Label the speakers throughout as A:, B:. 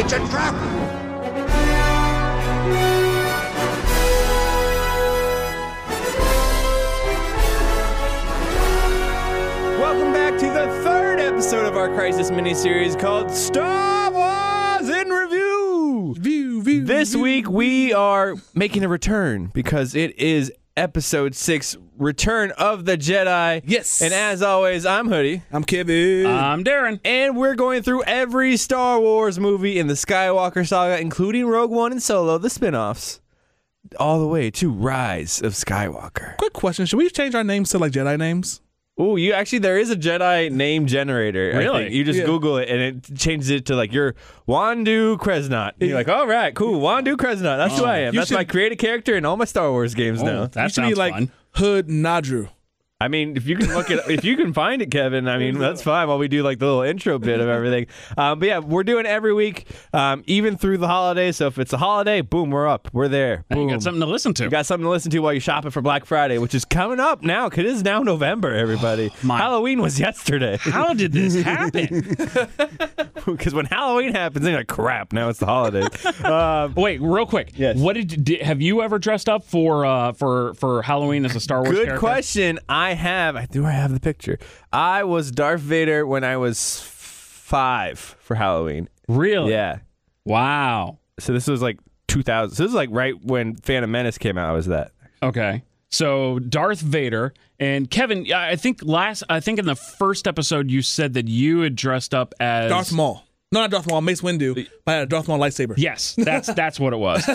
A: It's a trap!
B: Welcome back to the third episode of our Crisis miniseries called Star Wars in Review. This week we are making a return because it is episode six, Return of the Jedi.
C: Yes.
B: And as always, I'm Hoodie.
C: I'm Kevin.
D: I'm Darren.
B: And we're going through every Star Wars movie in the Skywalker saga, including Rogue One and Solo, the spin-offs, all the way to Rise of Skywalker.
C: Quick question: Should we change our names to like Jedi names?
B: Oh, you actually there is a Jedi name generator. I
D: Really?
B: think. You just
C: Yeah.
B: Google it and it changes it to like your Wandu Kresnot. And you're like, all right, cool, Wandu Kresnot. That's who I am.
C: You
B: That's my
C: should-
B: creative character in all my Star Wars games now.
D: That
C: you should be
D: sounds
C: like
D: fun.
C: Hood Nadru.
B: Oh. I mean, if you can look it, if you can find it, Kevin. I mean, that's fine. While we do like the little intro bit of everything, um, but yeah, we're doing every week, um, even through the holidays. So if it's a holiday, boom, we're up. We're there.
D: Hey,
B: Boom.
D: You got something to listen to.
B: You got something to listen to while you're shopping for Black Friday, which is coming up now. 'cause It is now November, everybody.
D: My-
B: Halloween was yesterday.
D: How did this happen?
B: Because when Halloween happens, they're like, crap, now it's the holiday. um,
D: Wait, real quick.
B: Yes.
D: What did, you- did have you ever dressed up for uh, for for Halloween as a Star Wars?
B: good
D: character?
B: question. I have, I do I have the picture. I was Darth Vader when I was five for Halloween.
D: Really?
B: Yeah.
D: Wow.
B: So this was like 2000. So this is like right when Phantom Menace came out, I was that.
D: Okay. So Darth Vader and Kevin. I I think last. I think in the first episode you said that you had dressed up as
C: Darth Maul. No, not Darth Maul. Mace Windu. But I had a Darth Maul lightsaber.
D: Yes, that's that's what it was.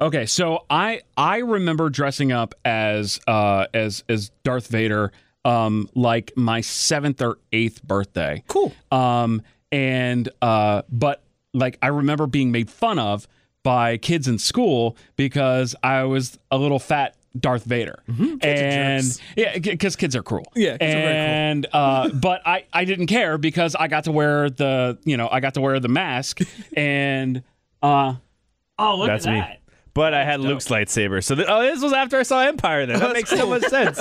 D: Okay, so I I remember dressing up as uh as as Darth Vader um like my 7th or 8th birthday.
C: Cool.
D: Um and uh but like I remember being made fun of by kids in school because I was a little fat Darth Vader. And
C: Mm-hmm. jerks.
D: yeah, because kids are cruel.
C: Yeah, kids are very cruel.
D: and uh, but I, I didn't care because I got to wear the you know I got to wear the mask and uh oh look
B: That's
D: at
B: me.
D: that.
B: But I had Luke's lightsaber. So th- oh, this was after I saw Empire then. That makes so much sense.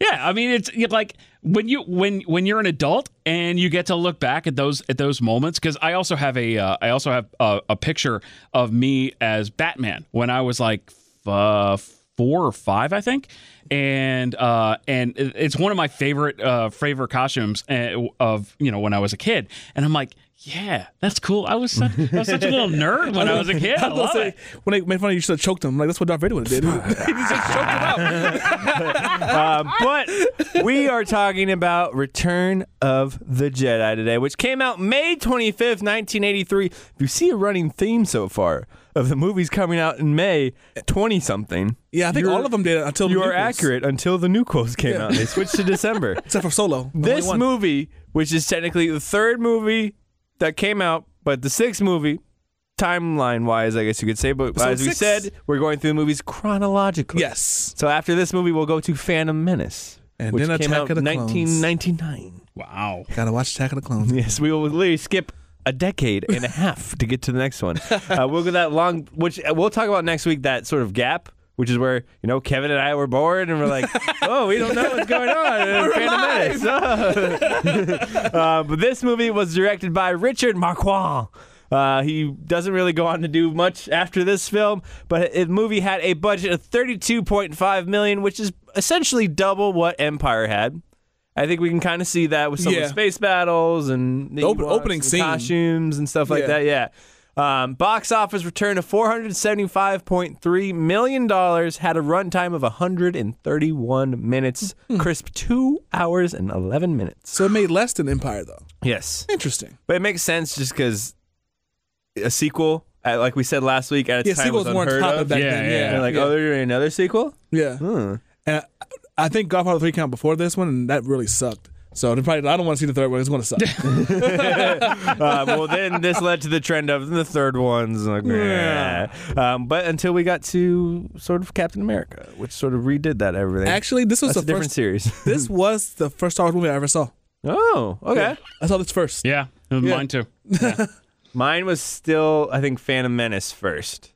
D: Yeah, I mean it's you- like when you when when you're an adult and you get to look back at those at those moments because I also have a uh, I also have a, a picture of me as Batman when I was like f- uh, four or five I think and uh, and it- it's one of my favorite uh, favorite costumes uh, of you know when I was a kid and I'm like. Yeah, that's cool. I was such, I was such a little nerd when I was a kid.
C: I was
D: I
C: gonna
D: love
C: say,
D: it.
C: when they made fun of you, you should have choked him. Like that's what Darth Vader would have did. he just choked him out.
B: Um, but we are talking about Return of the Jedi today, which came out May 25th, 1983. If you see a running theme so far of the movies coming out in May 20 something,
C: Yeah, I think all of them did until the
B: you are
C: prequels.
B: accurate until the new quotes came out. They switched to December.
C: except for Solo. the only
B: this
C: one.
B: movie, which is technically the third movie that came out, but the sixth movie. Timeline wise, I guess you could say, but
C: So
B: as we
C: six-
B: said, we're going through the movies chronologically.
C: Yes.
B: So after this movie, we'll go to Phantom Menace,
C: And
B: which
C: then
B: came
C: Attack
B: out
C: of the Clones.
B: 1999.
D: Wow.
C: Gotta watch Attack of the Clones.
B: Yes, we will literally skip a decade and a half to get to the next one. Uh, we'll go that long, which uh, we'll talk about next week. That sort of gap, which is where you know Kevin and I were bored and we're like, oh, we don't know what's going on. in Phantom Oh. Menace. uh, but this movie was directed by Richard Marquand. Uh, he doesn't really go on to do much after this film, but the movie had a budget of 32.5 million, which is essentially double what Empire had. I think we can kind of see that with some of
C: Yeah.
B: the space battles and the
C: The open-
B: Ewoks
C: opening
B: and
C: scene.
B: costumes and stuff like
C: Yeah.
B: that. Yeah. Um, box office return of four hundred seventy five point three million dollars had a runtime of hundred and thirty one minutes,
C: Hmm.
B: crisp two hours and eleven minutes.
C: So it made less than Empire though.
B: Yes,
C: Interesting.
B: but it makes sense just because a sequel, uh, like we said last week, at its
C: Yeah,
B: time
C: sequels
B: was
C: weren't
B: unheard
C: top
B: of.
C: of back
D: Yeah,
C: then.
D: yeah.
C: Yeah.
B: And like, oh, they're doing another sequel.
C: Yeah. And I, I think Godfather 3 came out before this one, and that really sucked. So they probably, I don't want to see the third one. It's going to suck.
B: uh, well, then this led to the trend of the third one's like, yeah. Um, but until we got to sort of Captain America, which sort of redid that everything.
C: Actually, this was
B: that's a
C: the
B: different
C: first.
B: series.
C: This
D: Mm-hmm.
C: was the first Star Wars movie I ever saw.
B: oh, okay.
C: I saw this first.
D: Yeah,
C: Yeah.
D: mine too.
B: Mine was still, I think, Phantom Menace first,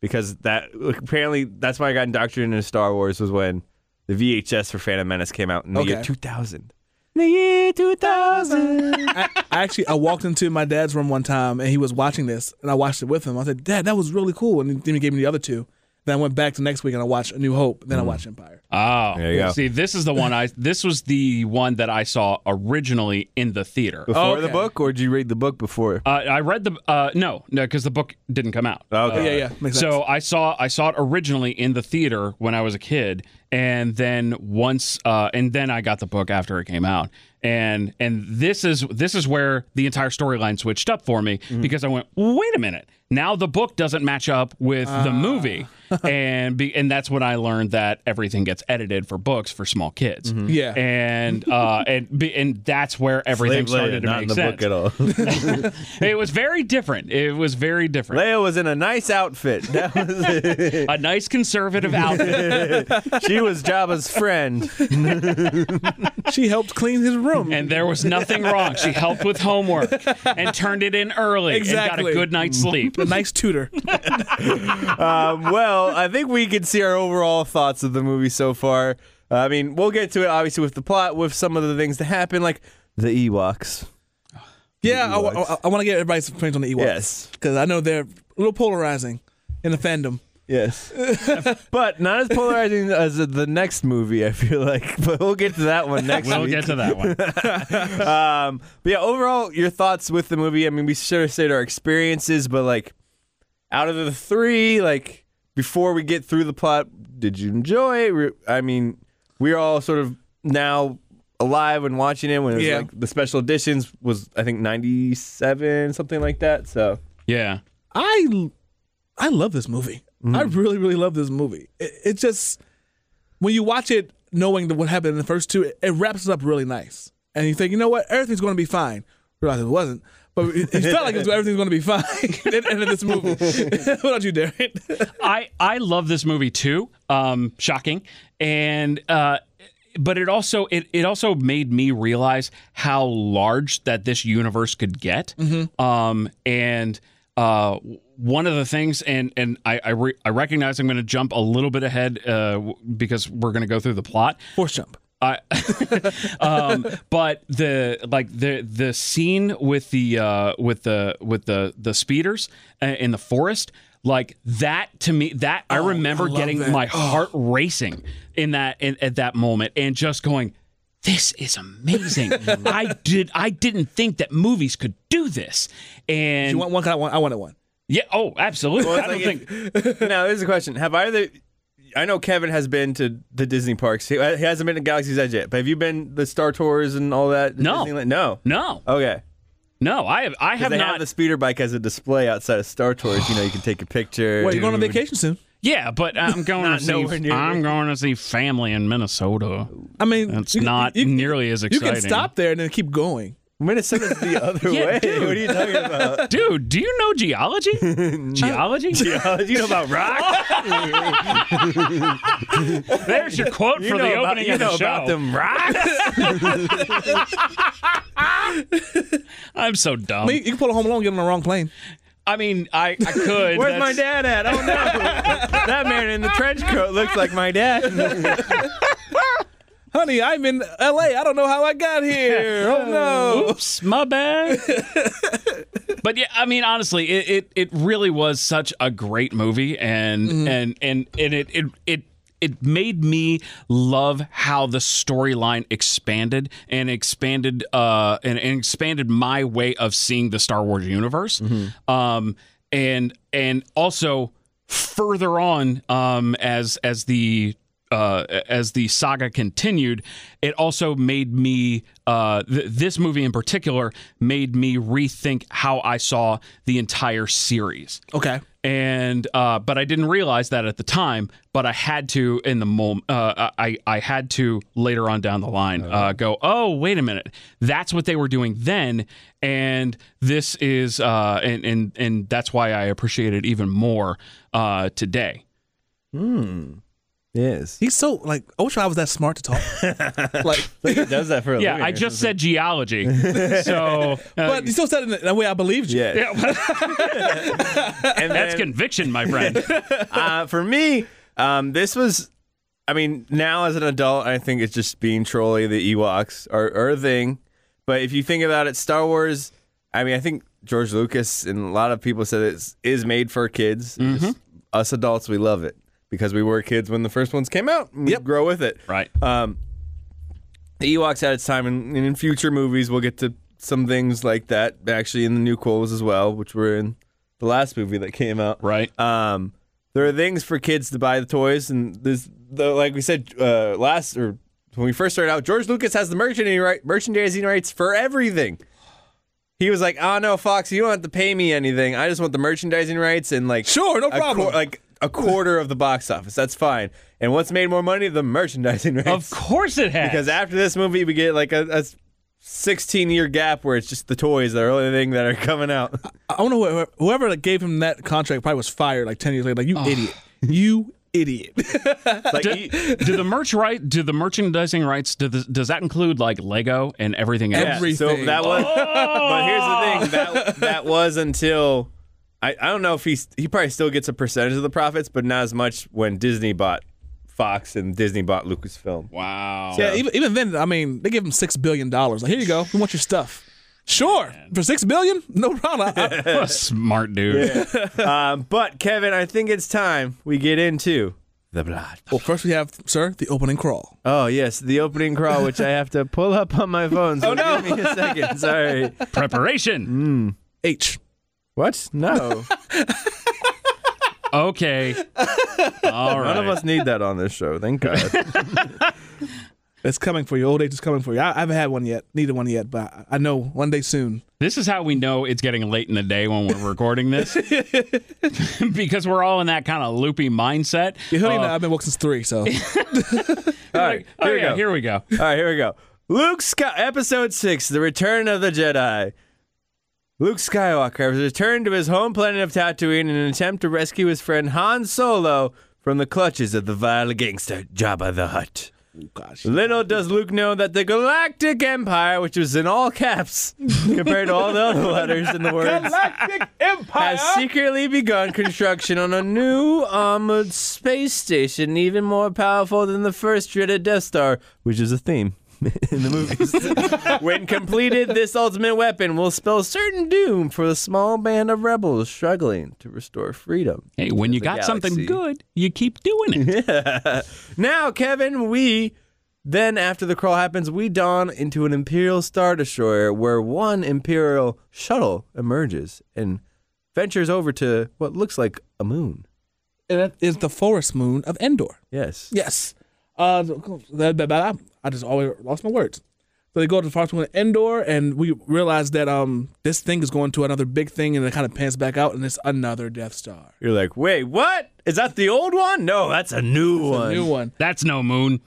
B: because that apparently that's why I got indoctrinated into Star Wars was when the VHS for Phantom Menace came out in the year
C: Okay.
B: 2000. the year 2000.
C: I, I actually I walked into my dad's room one time and he was watching this and I watched it with him. I said, "Dad, that was really cool." And then he gave me the other two. Then I went back to next week and I watched A New Hope. Then I
D: Mm-hmm.
C: watched Empire.
D: Oh,
B: There you go.
D: see, this is the one I. This was the one that I saw originally in the theater. Uh,
B: Before the
C: okay.
B: book, or did you read the book before?
D: I read the uh, no, no, because the book didn't come out.
B: Uh, Okay.
C: yeah, yeah, makes sense.
D: So I saw I saw it originally in the theater when I was a kid, and then once uh, and then I got the book after it came out, and and this is this is where the entire storyline switched up for me
C: Mm-hmm.
D: because I went wait a minute now the book doesn't match up with
C: Ah.
D: the movie, and be, and that's when I learned that everything gets edited for books for small kids,
C: Mm-hmm. Yeah.
D: and uh, and be, and that's where everything
B: Slave Leia,
D: started to
B: not
D: make
B: in the
D: sense.
B: book at all.
D: It was very different. It was very different.
B: Leia was in a nice outfit. That was it.
D: A nice conservative outfit.
B: she was Jabba's friend.
C: she helped clean his room.
D: and there was nothing wrong. She helped with homework and turned it in early and got a
C: Exactly.
D: good night's sleep.
C: a nice tutor.
B: Um, well, I think we can see our overall thoughts of the movie so far. Uh, I mean, we'll get to it obviously with the plot, with some of the things that happen, like the Ewoks.
C: Yeah, I,
B: Ewoks.
C: want to get everybody's opinions on the Ewoks.
B: Yes.
C: because I know they're a little polarizing in the fandom.
B: Yes. but not as polarizing as the next movie, I feel like. But we'll get to that one next
D: We'll
B: week.
D: get to that one.
B: um, but yeah, overall, your thoughts with the movie. I mean, we sort of said our experiences, but like, out of the three, like before we get through the plot, did you enjoy? it? Re- I mean, we're all sort of now alive and watching it when it was
C: Yeah.
B: like the special editions was I think ninety seven something like that. So
D: Yeah.
C: I I love this movie. I really, really love this movie. It, it just when you watch it, knowing that what happened in the first two, it, it wraps it up really nice, and you think, you know what, everything's going to be fine. Realize it wasn't, but it, it felt like it was, everything's going to be fine. at the end of this movie. what about you, Darren?
D: I I love this movie too. Um, shocking, and uh, but it also it, it also made me realize how large that this universe could get.
C: Mm-hmm.
D: Um, and uh, one of the things, and and I I, re- I recognize I'm going to jump a little bit ahead uh, w- because we're going to go through the plot.
C: Force jump.
D: I, um, but the like the the scene with the uh, with the with the the speeders uh, in the forest, like that to me, that I remember
C: love
D: getting
C: that.
D: my heart racing in that in, at that moment and just going, "This is amazing." I did I didn't think that movies could do this, and
C: You want one? 'Cause I want. I wanted one.
D: yeah, oh, absolutely. I don't think
B: now here's a question: Have either? I know Kevin has been to the Disney parks. He, he hasn't been to Galaxy's Edge yet. But have you been the Star Tours and all that?
D: No.
B: Disneyland? no,
D: no,
B: Okay.
D: no. I have I have
B: they
D: not
B: have the speeder bike as a display outside of Star Tours. You know, you can take a picture.
C: Wait, you're going on vacation soon.
D: Yeah, but I'm going to
B: Not nowhere
D: see
B: near
D: I'm
B: it.
D: going to see family in Minnesota.
C: I mean,
D: That's
C: you-
D: not
C: you-
D: nearly as
C: You
D: exciting.
C: can stop there and then keep going.
B: Minnesota's the other
D: Yeah,
B: way.
D: dude.
B: What are you talking about?
D: Dude, do you know geology? geology?
B: you know about rock?
D: There's your quote
B: You
D: for
B: know
D: the
B: about,
D: opening
B: you
D: of the
B: know
D: show.
B: about them rocks?
D: I'm so dumb.
C: I mean, you can pull a home alone, and get on the wrong plane.
D: I mean, I, I could.
B: Where's my
D: that's-
B: dad at? Oh no! that man in the trench coat looks like my dad.
C: Honey, I'm in L.A. I don't know how I got here. Oh no.
D: Oops, my bad. but yeah, I mean, honestly, it, it it really was such a great movie, and and and and it it it. It made me love how the storyline expanded and expanded uh, and, and expanded my way of seeing the Star Wars universe, um, and and also further on um, as as the uh, as the saga continued, it also made me, uh, th- this movie in particular, made me rethink how I saw the entire series.
C: Okay.
D: And uh, but I didn't realize that at the time. But I had to in the moment. Uh, I I had to later on down the line uh, go. Oh wait a minute, that's what they were doing then, and this is uh, and and and that's why I appreciate it even more uh, today.
B: Yes.
C: He's so like I wish I was that smart to talk. like,
B: He does that for a
D: Oh, Yeah,
B: living
D: I
B: or
D: just said geology. So, uh,
C: but you still said it in a way I believed you.
B: something. yeah. and
D: that's
B: then-
D: conviction, my friend.
B: uh, for me, um, this was I mean, now as an adult, I think it's just being trolly. The Ewoks are, are a thing, but if you think about it, Star Wars. I mean, I think George Lucas and a lot of people said it is made for kids. It's just us adults, we love it because we were kids when the first ones came out. and We grow with it.
D: Right.
B: Um, the Ewoks had its time, and, and in future movies, we'll get to some things like that. Actually, in the new Quills as well, which were in the last movie that came out.
D: Right.
B: Um, there are things for kids to buy the toys, and this, the, like we said uh, last or when we first started out, George Lucas has the merchandising, right, merchandising rights for everything. He was like, "Oh no, Fox, you don't have to pay me anything. I just want the merchandising rights and like
C: Sure, no
B: a
C: problem.
B: quar- like a quarter of the box office. That's fine. And what's made more money? The merchandising rights.
D: Of course it has.
B: Because after this movie, we get like a, a 16 year gap where it's just the toys that are the only thing that are coming out.
C: I don't know whoever, whoever like, gave him that contract probably was fired like ten years later. Like you idiot, you idiot.
B: Like, e-
D: do,
B: you-
D: do the merch right? Do the merchandising rights? Do the, does that include like Lego and everything else?
B: yeah, So
C: Everything.
B: that was. but here's the thing that that was until. I, I don't know if he's he probably still gets a percentage of the profits, but not as much when Disney bought Fox and Disney bought Lucasfilm.
D: Wow.
C: yeah, even, even then, I mean, they gave him six billion dollars. Like here you go, we want your stuff. Sure, for six billion, no problem. I- I-
D: What a smart dude.
B: um, but Kevin, I think it's time we get into the blood.
C: well, first we have, sir, the opening crawl.
B: Oh yes, the opening crawl, which I have to pull up on my phone. So oh no! Give me a second. Sorry. Mm.
D: Preparation.
C: H.
B: What? No.
D: Okay. All
B: None of
D: right.
B: us need that on this show. Thank God.
C: It's coming for you. Old age is coming for you. I, I haven't had one yet. Neither one yet, but I- I know one day soon.
D: This is how we know it's getting late in the day when we're recording this, because we're all in that kind of loopy mindset.
C: Your hoodie and I, have been woke since three, so
B: All right,
D: Oh,
B: here we
D: yeah,
B: go.
D: Here we go.
B: All right, here we go. Luke Sky, episode six, the return of the Jedi. Luke Skywalker has returned to his home planet of Tatooine in an attempt to rescue his friend Han Solo from the clutches of the vile gangster Jabba the Hutt.
C: gosh.
B: Little does Luke know that the Galactic Empire, which is in all caps compared to all the other letters in the words, has secretly begun construction on a new armored space station, even more powerful than the first dreaded Death Star, which is a theme in the movies. when completed, this ultimate weapon will spell certain doom for the small band of rebels struggling to restore freedom.
D: Hey, when you
B: The
D: got something
B: galaxy.
D: good, you keep doing it.
B: Now, Kevin, we then, after the crawl happens, we dawn into an Imperial Star Destroyer where one Imperial shuttle emerges and ventures over to what looks like a moon.
C: and that is the forest moon of Endor.
B: Yes.
C: Yes. Uh, that, that, that- I just always lost my words. So they go to the Fox Moon at Endor, and we realize that um this thing is going to another big thing, and it kind of pans back out, and it's another Death Star,
B: You're like, wait, what? Is that the old one? No, that's a new one.
C: a new one.
D: That's no moon.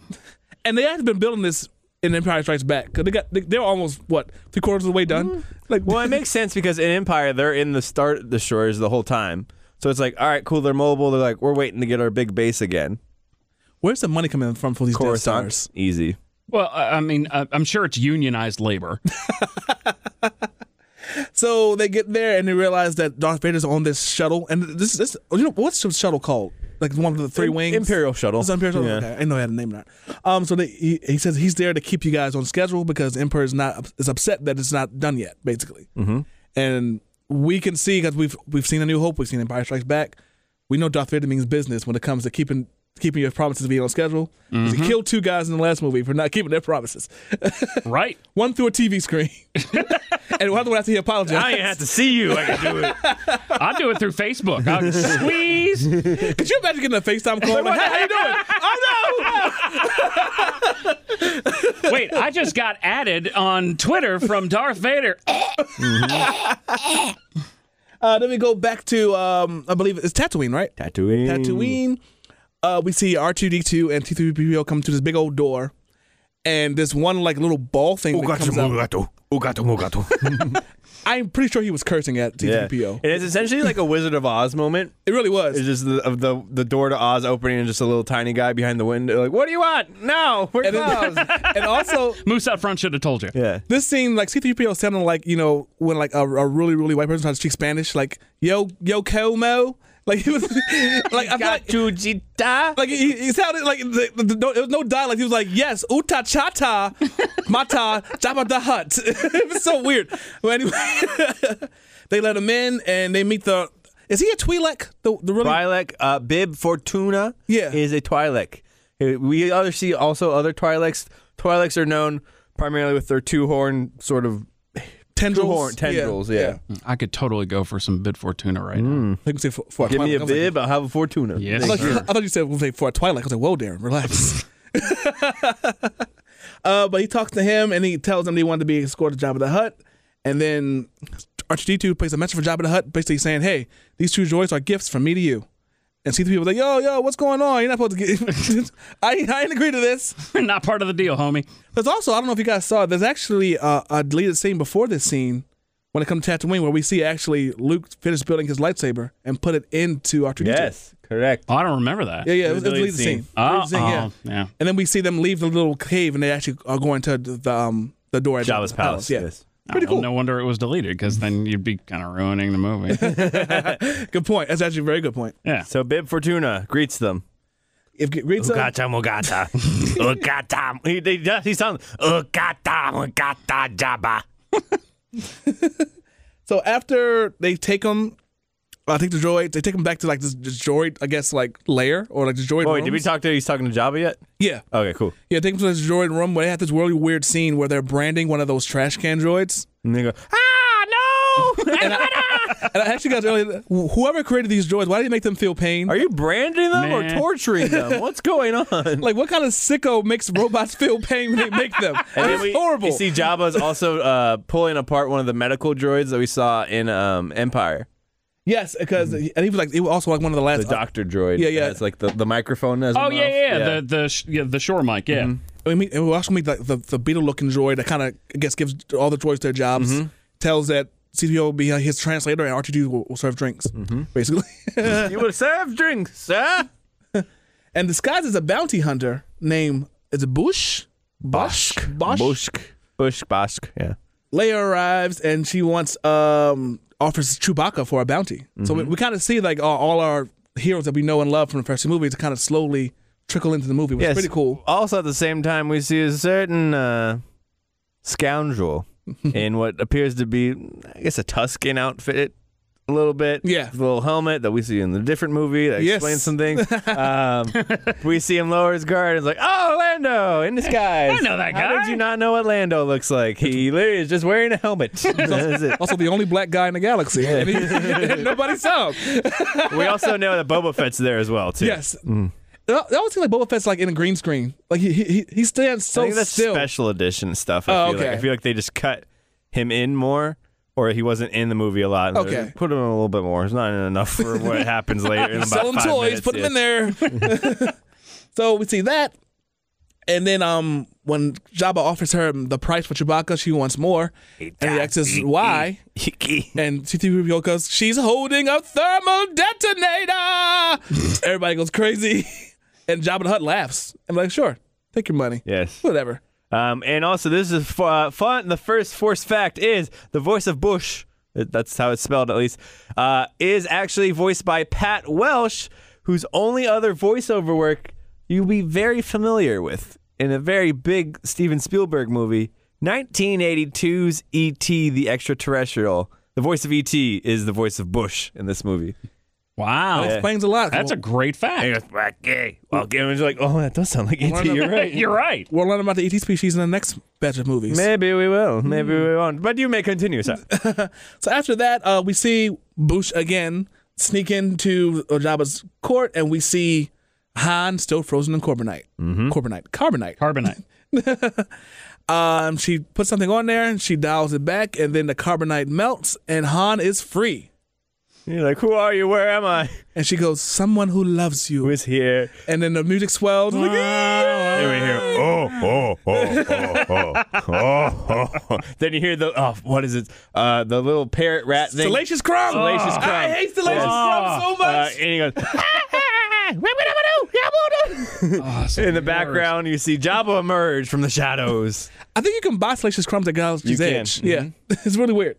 C: And they have been building this in Empire Strikes Back because they got they, they're almost what three quarters of the way done. Like
B: Mm-hmm. Well, it makes sense because in Empire they're in the Star Destroyers the whole time, so it's like, all right, cool, they're mobile. They're like, we're waiting to get our big base again.
C: where's the money coming from for these Death
B: Coruscant,
C: Stars?
B: easy.
D: Well, I I mean, I- I'm sure it's unionized labor.
C: So they get there and they realize that Darth Vader's on this shuttle, and this this you know what's the shuttle called? Like one of the three
B: Im-
C: wings,
B: Imperial shuttle.
C: It's an Imperial shuttle.
B: Yeah.
C: Okay, I didn't know I had a name or not. Um, so they, he, he says he's there to keep you guys on schedule because the Emperor is not is upset that it's not done yet, basically. Mm-hmm. And we can see because we've we've seen A New Hope, we've seen Empire Strikes Back. We know Darth Vader means business when it comes to keeping keeping your promises to be on schedule. 'Cause
B: Mm-hmm.
C: He killed two guys in the last movie for not keeping their promises.
D: Right.
C: one through a TV screen, and one after he apologized.
B: I ain't have to see you. I can do it.
D: I'll do it through Facebook. I'll squeeze.
C: Could you imagine getting a FaceTime call? Like, how you doing?
D: Wait, I just got added on Twitter from Darth Vader.
C: Uh, then we go back to, um, I believe it's Tatooine, right?
B: Tatooine.
C: Tatooine. Uh, we see R2D2 and T3PO come to this big old door, and this one like little ball thing that comes out. I'm pretty sure he was cursing at
B: Yeah.
C: T3PO.
B: And it's essentially like a Wizard of Oz moment.
C: It really
B: It's
C: was.
B: just the, of the the door to Oz opening and just a little tiny guy behind the window. Like, what do you want? No, we're
C: And,
B: closed.
C: then, and also,
D: Moose out front should have told you.
B: yeah.
C: this scene like C3PO sounding like you know when like a, a really really white person tries to speak Spanish like yo yo como Like he was like I feel like
B: Jujita.
C: like he, he sounded like the, the, the, no, it was no dialect. He was like, "Yes, uta chata, mata japa da hut." it was so weird. Well, anyway, they let him in and they meet the. Is he a Twi'lek? The the really
B: Twi'lek, uh, Bib Fortuna
C: Yeah.
B: is a Twi'lek. Uh, We other see also other Twi'leks. Twi'leks are known primarily with their two horn sort of two
C: tendrils.
B: horn tendrils. Yeah.
D: I could totally go for some bid fortuna right now.
C: I think we say for, for a
B: Give me
C: Twi'lek.
B: a bib, I'll have a Fortuna.
C: I was
D: Yes.
B: Thank
C: like,
B: you.
C: I, thought you, I thought you said we'll say for a Twilight. I was like, "Whoa, Darren, relax." uh, but he talks to him and he tells him that he wanted to be escorted to Jabba the Hutt, and then Archie D2 plays a message for Jabba the Hutt, basically saying, "Hey, these two droids are gifts from me to you." And see the people like, "Yo, yo, what's going on? You're not supposed to get. I, I ain't agree to this."
D: Not part of the deal, homie.
C: There's also, I don't know if you guys saw, there's actually uh, a deleted scene before this scene when it comes to Tatooine where we see actually Luke finish building his lightsaber and put it into R2D2.
B: Yes, correct.
D: Oh, I don't remember that.
C: Yeah, yeah, it
B: was
C: was,
B: a
C: it was a deleted
B: deleted
C: scene.
B: scene.
D: Oh,
C: Deleted scene, yeah.
D: oh, yeah.
C: And then we see them leave the little cave, and they actually are going to the um, the door at
B: Jabba's palace.
C: Yeah,
B: Yes.
C: pretty
D: Oh,
C: cool.
D: No wonder it was deleted because then you'd be kind of ruining the movie.
C: Good point. That's actually a very good point.
D: Yeah.
B: So Bib Fortuna greets them.
C: If it reads up-
B: Ugata mugata. Ugata. He, they, he sounds Ugata mugata jabba.
C: so after they take them, I think the droid they take them back to like this, this droid, I guess like lair or like the droid.
B: Oh, wait, did we
C: rooms.
B: talk to he's talking to Jabba yet?
C: Yeah,
B: Okay, cool.
C: yeah. Take them to this droid room where they have this really weird scene where they're branding one of those trash can droids.
B: And they go, ah, no!
C: And I, and I actually got earlier, whoever created these droids, why did they make them feel pain?
B: Are you branding them
D: Man.
B: or torturing them? What's going on?
C: like, what kind of sicko makes robots feel pain when they make them? It's horrible.
B: You see Jabba's also uh, pulling apart one of the medical droids that we saw in um, Empire.
C: Yes, because and he was like he was also like one of the last.
B: Mm-hmm. The doctor droid.
C: yeah, yeah.
B: It's like the, the microphone.
D: Oh yeah, yeah, The the sh- yeah, the shore mic. Yeah.
C: we, meet, we also meet like the, the beetle looking droid that kind of I guess gives all the droids their jobs.
B: Mm-hmm.
C: Tells that C3PO will be uh, his translator and R2D will, will serve drinks,
B: Mm-hmm.
C: basically.
B: you would serve drinks, sir.
C: and disguised as a bounty hunter named is it Bush. Bosch. Bosch.
B: Boshk. Bush Boshk. Yeah.
C: Leia arrives and she wants um offers Chewbacca for a bounty. So
B: Mm-hmm.
C: we, we kind of see like all, all our heroes that we know and love from the first two movies kind of slowly trickle into the movie, which
B: Yes.
C: is pretty cool.
B: Also, at the same time, we see a certain uh, scoundrel in what appears to be, I guess, a Tuscan outfit. A little bit,
C: Yeah.
B: With a little helmet that we see in the different movie that
C: Yes.
B: explains some things. Um, we see him lower his guard. And it's like, oh, Lando in disguise.
D: I know that
B: How
D: guy."
B: did you not know what Lando looks like? He literally is just wearing a helmet. That's it.
C: Also, the only black guy in the galaxy, and he- and nobody saw him.
B: We also know that Boba Fett's there as well, too.
C: Yes. It al- it always seems like Boba Fett's like in a green screen. Like he he, he stands
B: I
C: so
B: think that's
C: still.
B: special edition stuff. I
C: Oh,
B: feel like I
C: okay.
B: feel like they just cut him in more, or he wasn't in the movie a lot. and they're
C: Okay.
B: like, put him in a little bit more. It's not in enough for what happens later. In about
C: Sell him
B: five
C: toys,
B: minutes,
C: put him in there. so we see that, and then um when Jabba offers her the price for Chewbacca, she wants more, and he asks why,
B: in
C: and C-3PO goes, "She's holding a thermal detonator." Everybody goes crazy, and Jabba the Hutt laughs. I'm like, "Sure, take your money,
B: Yes.
C: whatever."
B: Um, and also, this is fu- uh, fun. The first force fact is the voice of Bush. it- That's how it's spelled, at least. Uh, is actually voiced by Pat Welsh, whose only other voiceover work you'll be very familiar with in a very big Steven Spielberg movie, 1982's E.T. the Extraterrestrial. The voice of E.T. is the voice of Bush in this movie.
C: Oh,
D: Wow.
C: Explains a lot.
D: That's a great
B: And
D: fact.
B: he goes, "Okay." Well, Gilman's like, "Oh, that does sound like E.T. You're right."
D: You're right.
C: We'll learn about the ET species in the next batch of movies.
B: Maybe we will. Maybe we won't. But you may continue, sir.
C: So after that, uh, we see Bush again sneak into Jabba's court, and we see Han still frozen in carbonite.
B: Mm-hmm.
C: Carbonite. Carbonite.
D: Carbonite.
C: Um, she puts something on there, and she dials it back, and then the carbonite melts, and Han is free.
B: You're like, who are you? Where am I?
C: And she goes, "Someone who loves you."
B: Who is here?
C: And then the music swells. I'm like, "Ah!"
B: And we hear, oh, oh, oh, oh, oh, oh, oh. Then you hear the, oh, what is it? Uh, the little parrot rat thing.
C: Salacious crumb. Ah,
B: Salacious crumb.
C: I hate salacious crumb
D: Oh.
C: so
B: Uh,
C: much.
B: and he goes, in the background, you see Jabba emerge from the shadows.
C: I think you can buy salacious crumbs at Galaxy's
B: You can. Mm-hmm.
C: Edge. Yeah, it's really weird.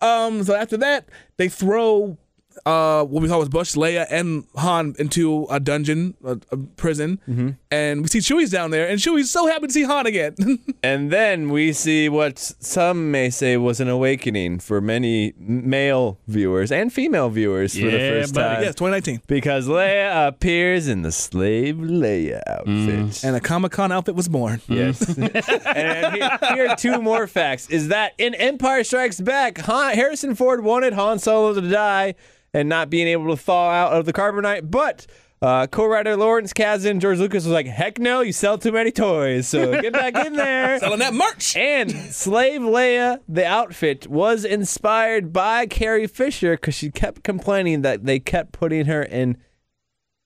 C: um, so after that, they throw uh, what we thought was Bush, Leia, and Han into a dungeon, a, a prison,
B: Mm-hmm.
C: and we see Chewie's down there, and Chewie's so happy to see Han again.
B: And then we see what some may say was an awakening for many male viewers and female viewers for the
D: Yeah,
B: first
D: buddy.
B: time.
C: yes, 2019,
B: Because Leia appears in the slave Leia outfit.
C: and a Comic Con outfit was born.
B: Yes. and here, here are two more facts: is that in Empire Strikes Back, Han, Harrison Ford wanted Han Solo to die and not being able to thaw out of the carbonite, but. Uh, co-writer Lawrence Kazan, George Lucas was like, "Heck no, you sell too many toys, so get back in there."
C: Selling that merch.
B: And Slave Leia, the outfit, was inspired by Carrie Fisher because she kept complaining that they kept putting her in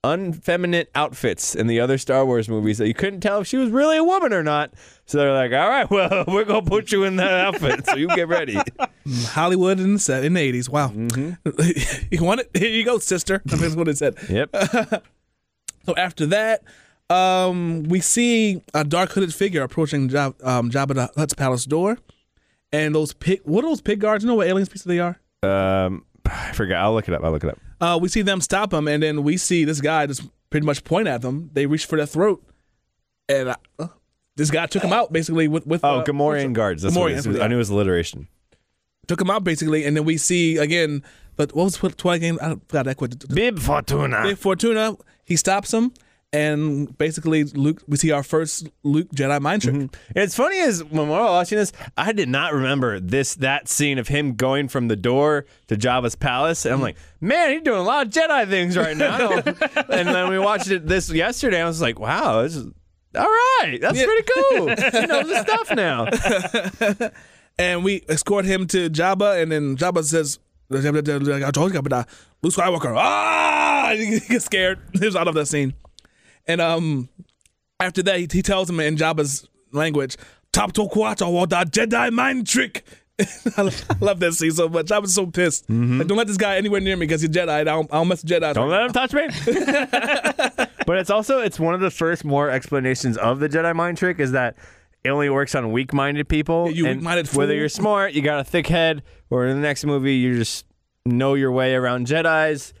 B: unfeminine outfits in the other Star Wars movies that you couldn't tell if she was really a woman or not. So they're like, all right, well, we're going to put you in that outfit, so you get ready.
C: Hollywood in the set in the 80s. Wow,
B: Mm-hmm.
C: you want it? Here you go, sister. I mean, that's what it said.
B: Yep.
C: So after that, um, we see a dark hooded figure approaching Jab- um, Jabba the Hutt's palace door, and those pig. What are those pig guards? You know what aliens piece they are?
B: Um, I forgot. I'll look it up. I'll look it up.
C: Uh, we see them stop him, and then we see this guy just pretty much point at them. They reach for their throat, and I, uh, this guy took him out basically with with
B: Oh,
C: uh,
B: Gamorrean guards. That's
C: Gamorrean,
B: what it
C: that's
B: is.
C: what they
B: I knew it was alliteration.
C: took him out basically, and then we see again. But what was the Twilight game? I forgot that quick.
B: Bib Fortuna.
C: Big Fortuna, he stops him, and basically Luke. We see our first Luke Jedi mind trick.
B: It's funny is when we're all watching this, I did not remember this that scene of him going from the door to Jabba's palace, and I'm like, man, he's doing a lot of Jedi things right now. I don't- and then we watched it this yesterday. I was like, wow, this is all right. That's pretty cool. he knows the stuff now.
C: And we escort him to Jabba, and then Jabba says, I told you, but uh, Luke Skywalker, ah! And He gets scared. He's out of that scene. And um, after that, he, he tells him in Jabba's language, Top to Quato or that Jedi mind trick. I love- I love that scene so much. I was so pissed. Like, don't let this guy anywhere near me because he's Jedi. And I don't, I don't mess with
B: Mm-hmm.
C: Jedi.
B: Don't let him touch me. but it's also it's one of the first more explanations of the Jedi mind trick is that it only works on weak-minded people.
C: you
B: and
C: weak-minded
B: Whether
C: fool.
B: you're smart, you got a thick head, or in the next movie you just know your way around Jedi's.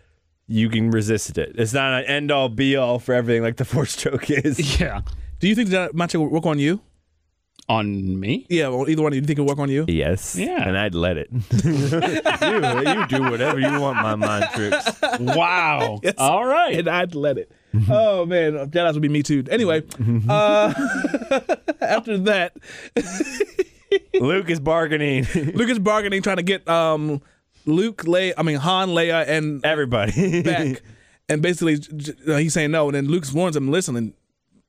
B: You can resist it. It's not an end-all, be-all for everything like the Force choke is.
D: Yeah.
C: Do you think the Jedi mind trick will work on you?
D: On me?
C: Yeah, well, either one. Do you think it'll work on you?
B: Yes.
D: Yeah.
B: And I'd let it. you, you do whatever you want, my mind tricks.
D: Wow. All right.
C: and I'd let it.
B: Mm-hmm.
C: oh man, Jedi's would be me too. Anyway, uh, after that,
B: Luke is bargaining.
C: Luke is bargaining, trying to get um, Luke, Leia, I mean Han, Leia, and
B: Everybody.
C: back, and basically j- j- he's saying no, and then Luke warns him, "Listen, and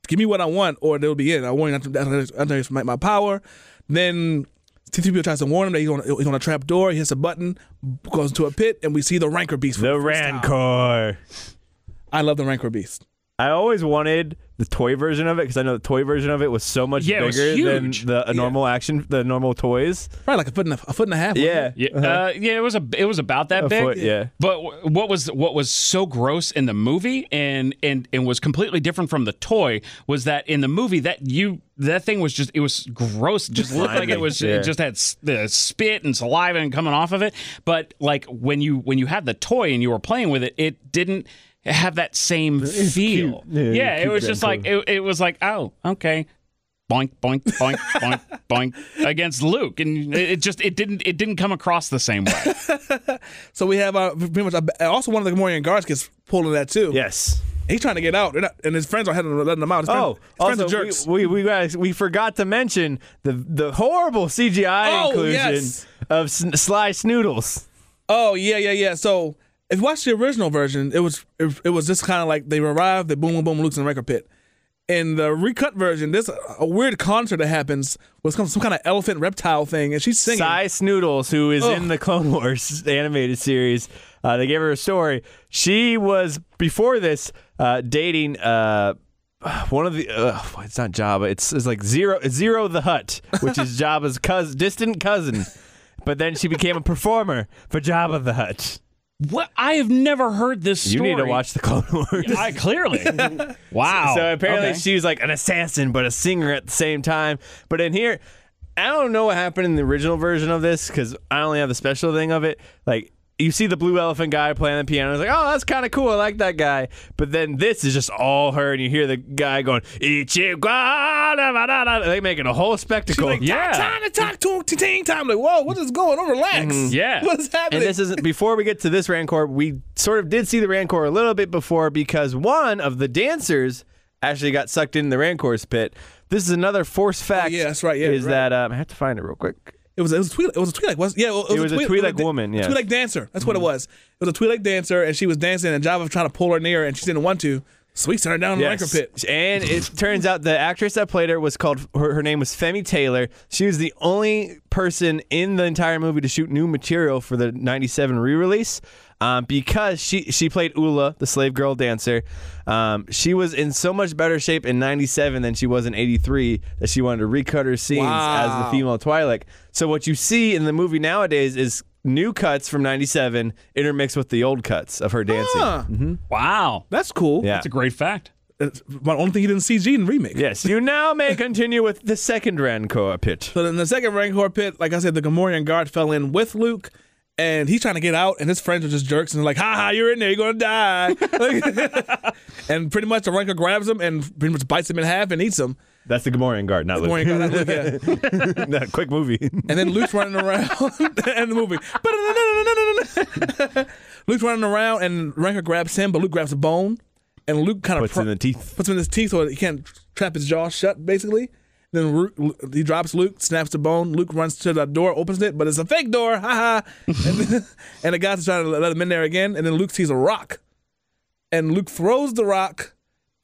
C: give me what I want, or they'll be in. I warn you not to underestimate my power." Then. T3PO tries to warn him that he's on, he's on a trap door. He hits a button, goes into a pit, and we see the Rancor Beast. for
B: The
C: first time.
B: Rancor.
C: I love the Rancor Beast.
B: I always wanted the toy version of it because I know the toy version of it was so much
D: Yeah, it was
B: bigger than
D: huge.
B: the a normal action, the normal toys.
C: Probably like a foot and a, a foot and a half. wasn't it?
B: Yeah,
D: Yeah, uh, yeah, it was a it was about that
B: Uh-huh. A
D: big.
B: foot, yeah.
D: But wh- what was what was so gross in the movie and and and was completely different from the toy was that in the movie that you that thing was just it was gross. It just looked like it
B: slimy,
D: was
B: yeah.
D: it just had s- the spit and saliva and coming off of it. But like when you when you had the toy and you were playing with it, it didn't have that same feel.
B: Yeah,
D: Yeah, it
B: cute
D: was just
B: grandpa.
D: like it, it was like oh okay boink boink boink boink boink against Luke, and it it just it didn't it didn't come across the same way.
C: So we have our pretty much. Our, also, one of the Gamorrean guards gets pulled in that too.
B: Yes.
C: he's trying to get out, They're not- and his friends are heading letting him out. His friends,
B: Oh,
C: his friends
B: also
C: are jerks.
B: we we we, guys, we forgot to mention the the horrible CGI
C: Oh,
B: inclusion
C: yes.
B: of sn- Sly Snoodles.
C: oh yeah, yeah, yeah. So if you watch the original version, it was it, it was just kind of like they arrived, they boom, boom, boom, Luke's in the record pit. In the recut version, there's a, a weird concert that happens with some, some kind of elephant reptile thing, and she's singing.
B: Cy Snoodles, who is in the Clone Wars animated series, uh, they gave her a story. She was before this uh, dating uh, one of the. Uh, it's not Jabba. It's, it's like Zero Zero the Hut, which is Jabba's cousin, distant cousin. But then she became a performer for Jabba the Hut.
D: What I have never heard this
B: You
D: story.
B: need to watch the Clone Wars.
D: I clearly. wow.
B: So apparently
D: Okay.
B: she was like an assassin but a singer at the same time. But in here, I don't know what happened in the original version of this because I only have the special thing of it. Like you see the blue elephant guy playing the piano. It's like, oh, that's kind of cool. I like that guy. But then this is just all her, and you hear the guy going, Ichiguanabadada. They making a whole spectacle.
C: Like, yeah.
D: Yeah.
C: Time to talk to to ting time. Like, whoa, what is going on? Relax.
B: Mm-hmm.
D: Yeah.
C: What's happening?
B: And this isn't before we get to this Rancor. We sort of did see the Rancor a little bit before because one of the dancers actually got sucked into the Rancor's pit. This is another force fact.
C: Oh, yeah, that's right, yeah,
B: is
C: right.
B: that um, I have to find it real quick.
C: It was it was a tweet. It was a tweet like was yeah. It was,
B: It was a
C: Twi'lek-
B: Twi'lek
C: it was da-
B: woman,
C: a
B: yeah. Mm-hmm.
C: Twi'lek dancer. That's what it was. It was a Twi'lek dancer, and she was dancing, and Java trying to pull her near, and she didn't want to. So we sent her down in the
B: Yes.
C: anchor pit.
B: And it turns out the actress that played her was called her, her name was Femi Taylor. She was the only person in the entire movie to shoot new material for the 97 re-release. Um, because she she played Ula, the slave girl dancer. Um, she was in so much better shape in 97 than she was in 83 that she wanted to recut her scenes as the
C: Wow.
B: female Twi'lek. So what you see in the movie nowadays is new cuts from 97 intermixed with the old cuts of her dancing.
C: Huh.
D: Wow.
C: That's cool.
B: Yeah.
D: That's a great fact.
C: That's my only thing he didn't CG in remake.
B: Yes, you now may continue with the second Rancor pit.
C: So in the second Rancor pit, like I said, the Gamorrean guard fell in with Luke, and he's trying to get out, and his friends are just jerks and they're like, "Ha ha, you're in there, you're gonna die." and pretty much the Rancor grabs him and pretty much bites him in half and eats him.
B: That's the Gamorrean Guard, not
C: Gamorrean guard, that's Luke, yeah.
B: That quick movie.
C: And then Luke's running around and the movie. Luke's running around and Ranker grabs him, but Luke grabs a bone, and Luke kind of
B: Puts in the teeth.
C: puts him in his teeth so he can't trap his jaw shut, basically. Then Ru- Lu- he drops Luke, snaps the bone. Luke runs to the door, opens it, but it's a fake door. Ha ha! And- and the guys are trying to let him in there again. And then Luke sees a rock, and Luke throws the rock,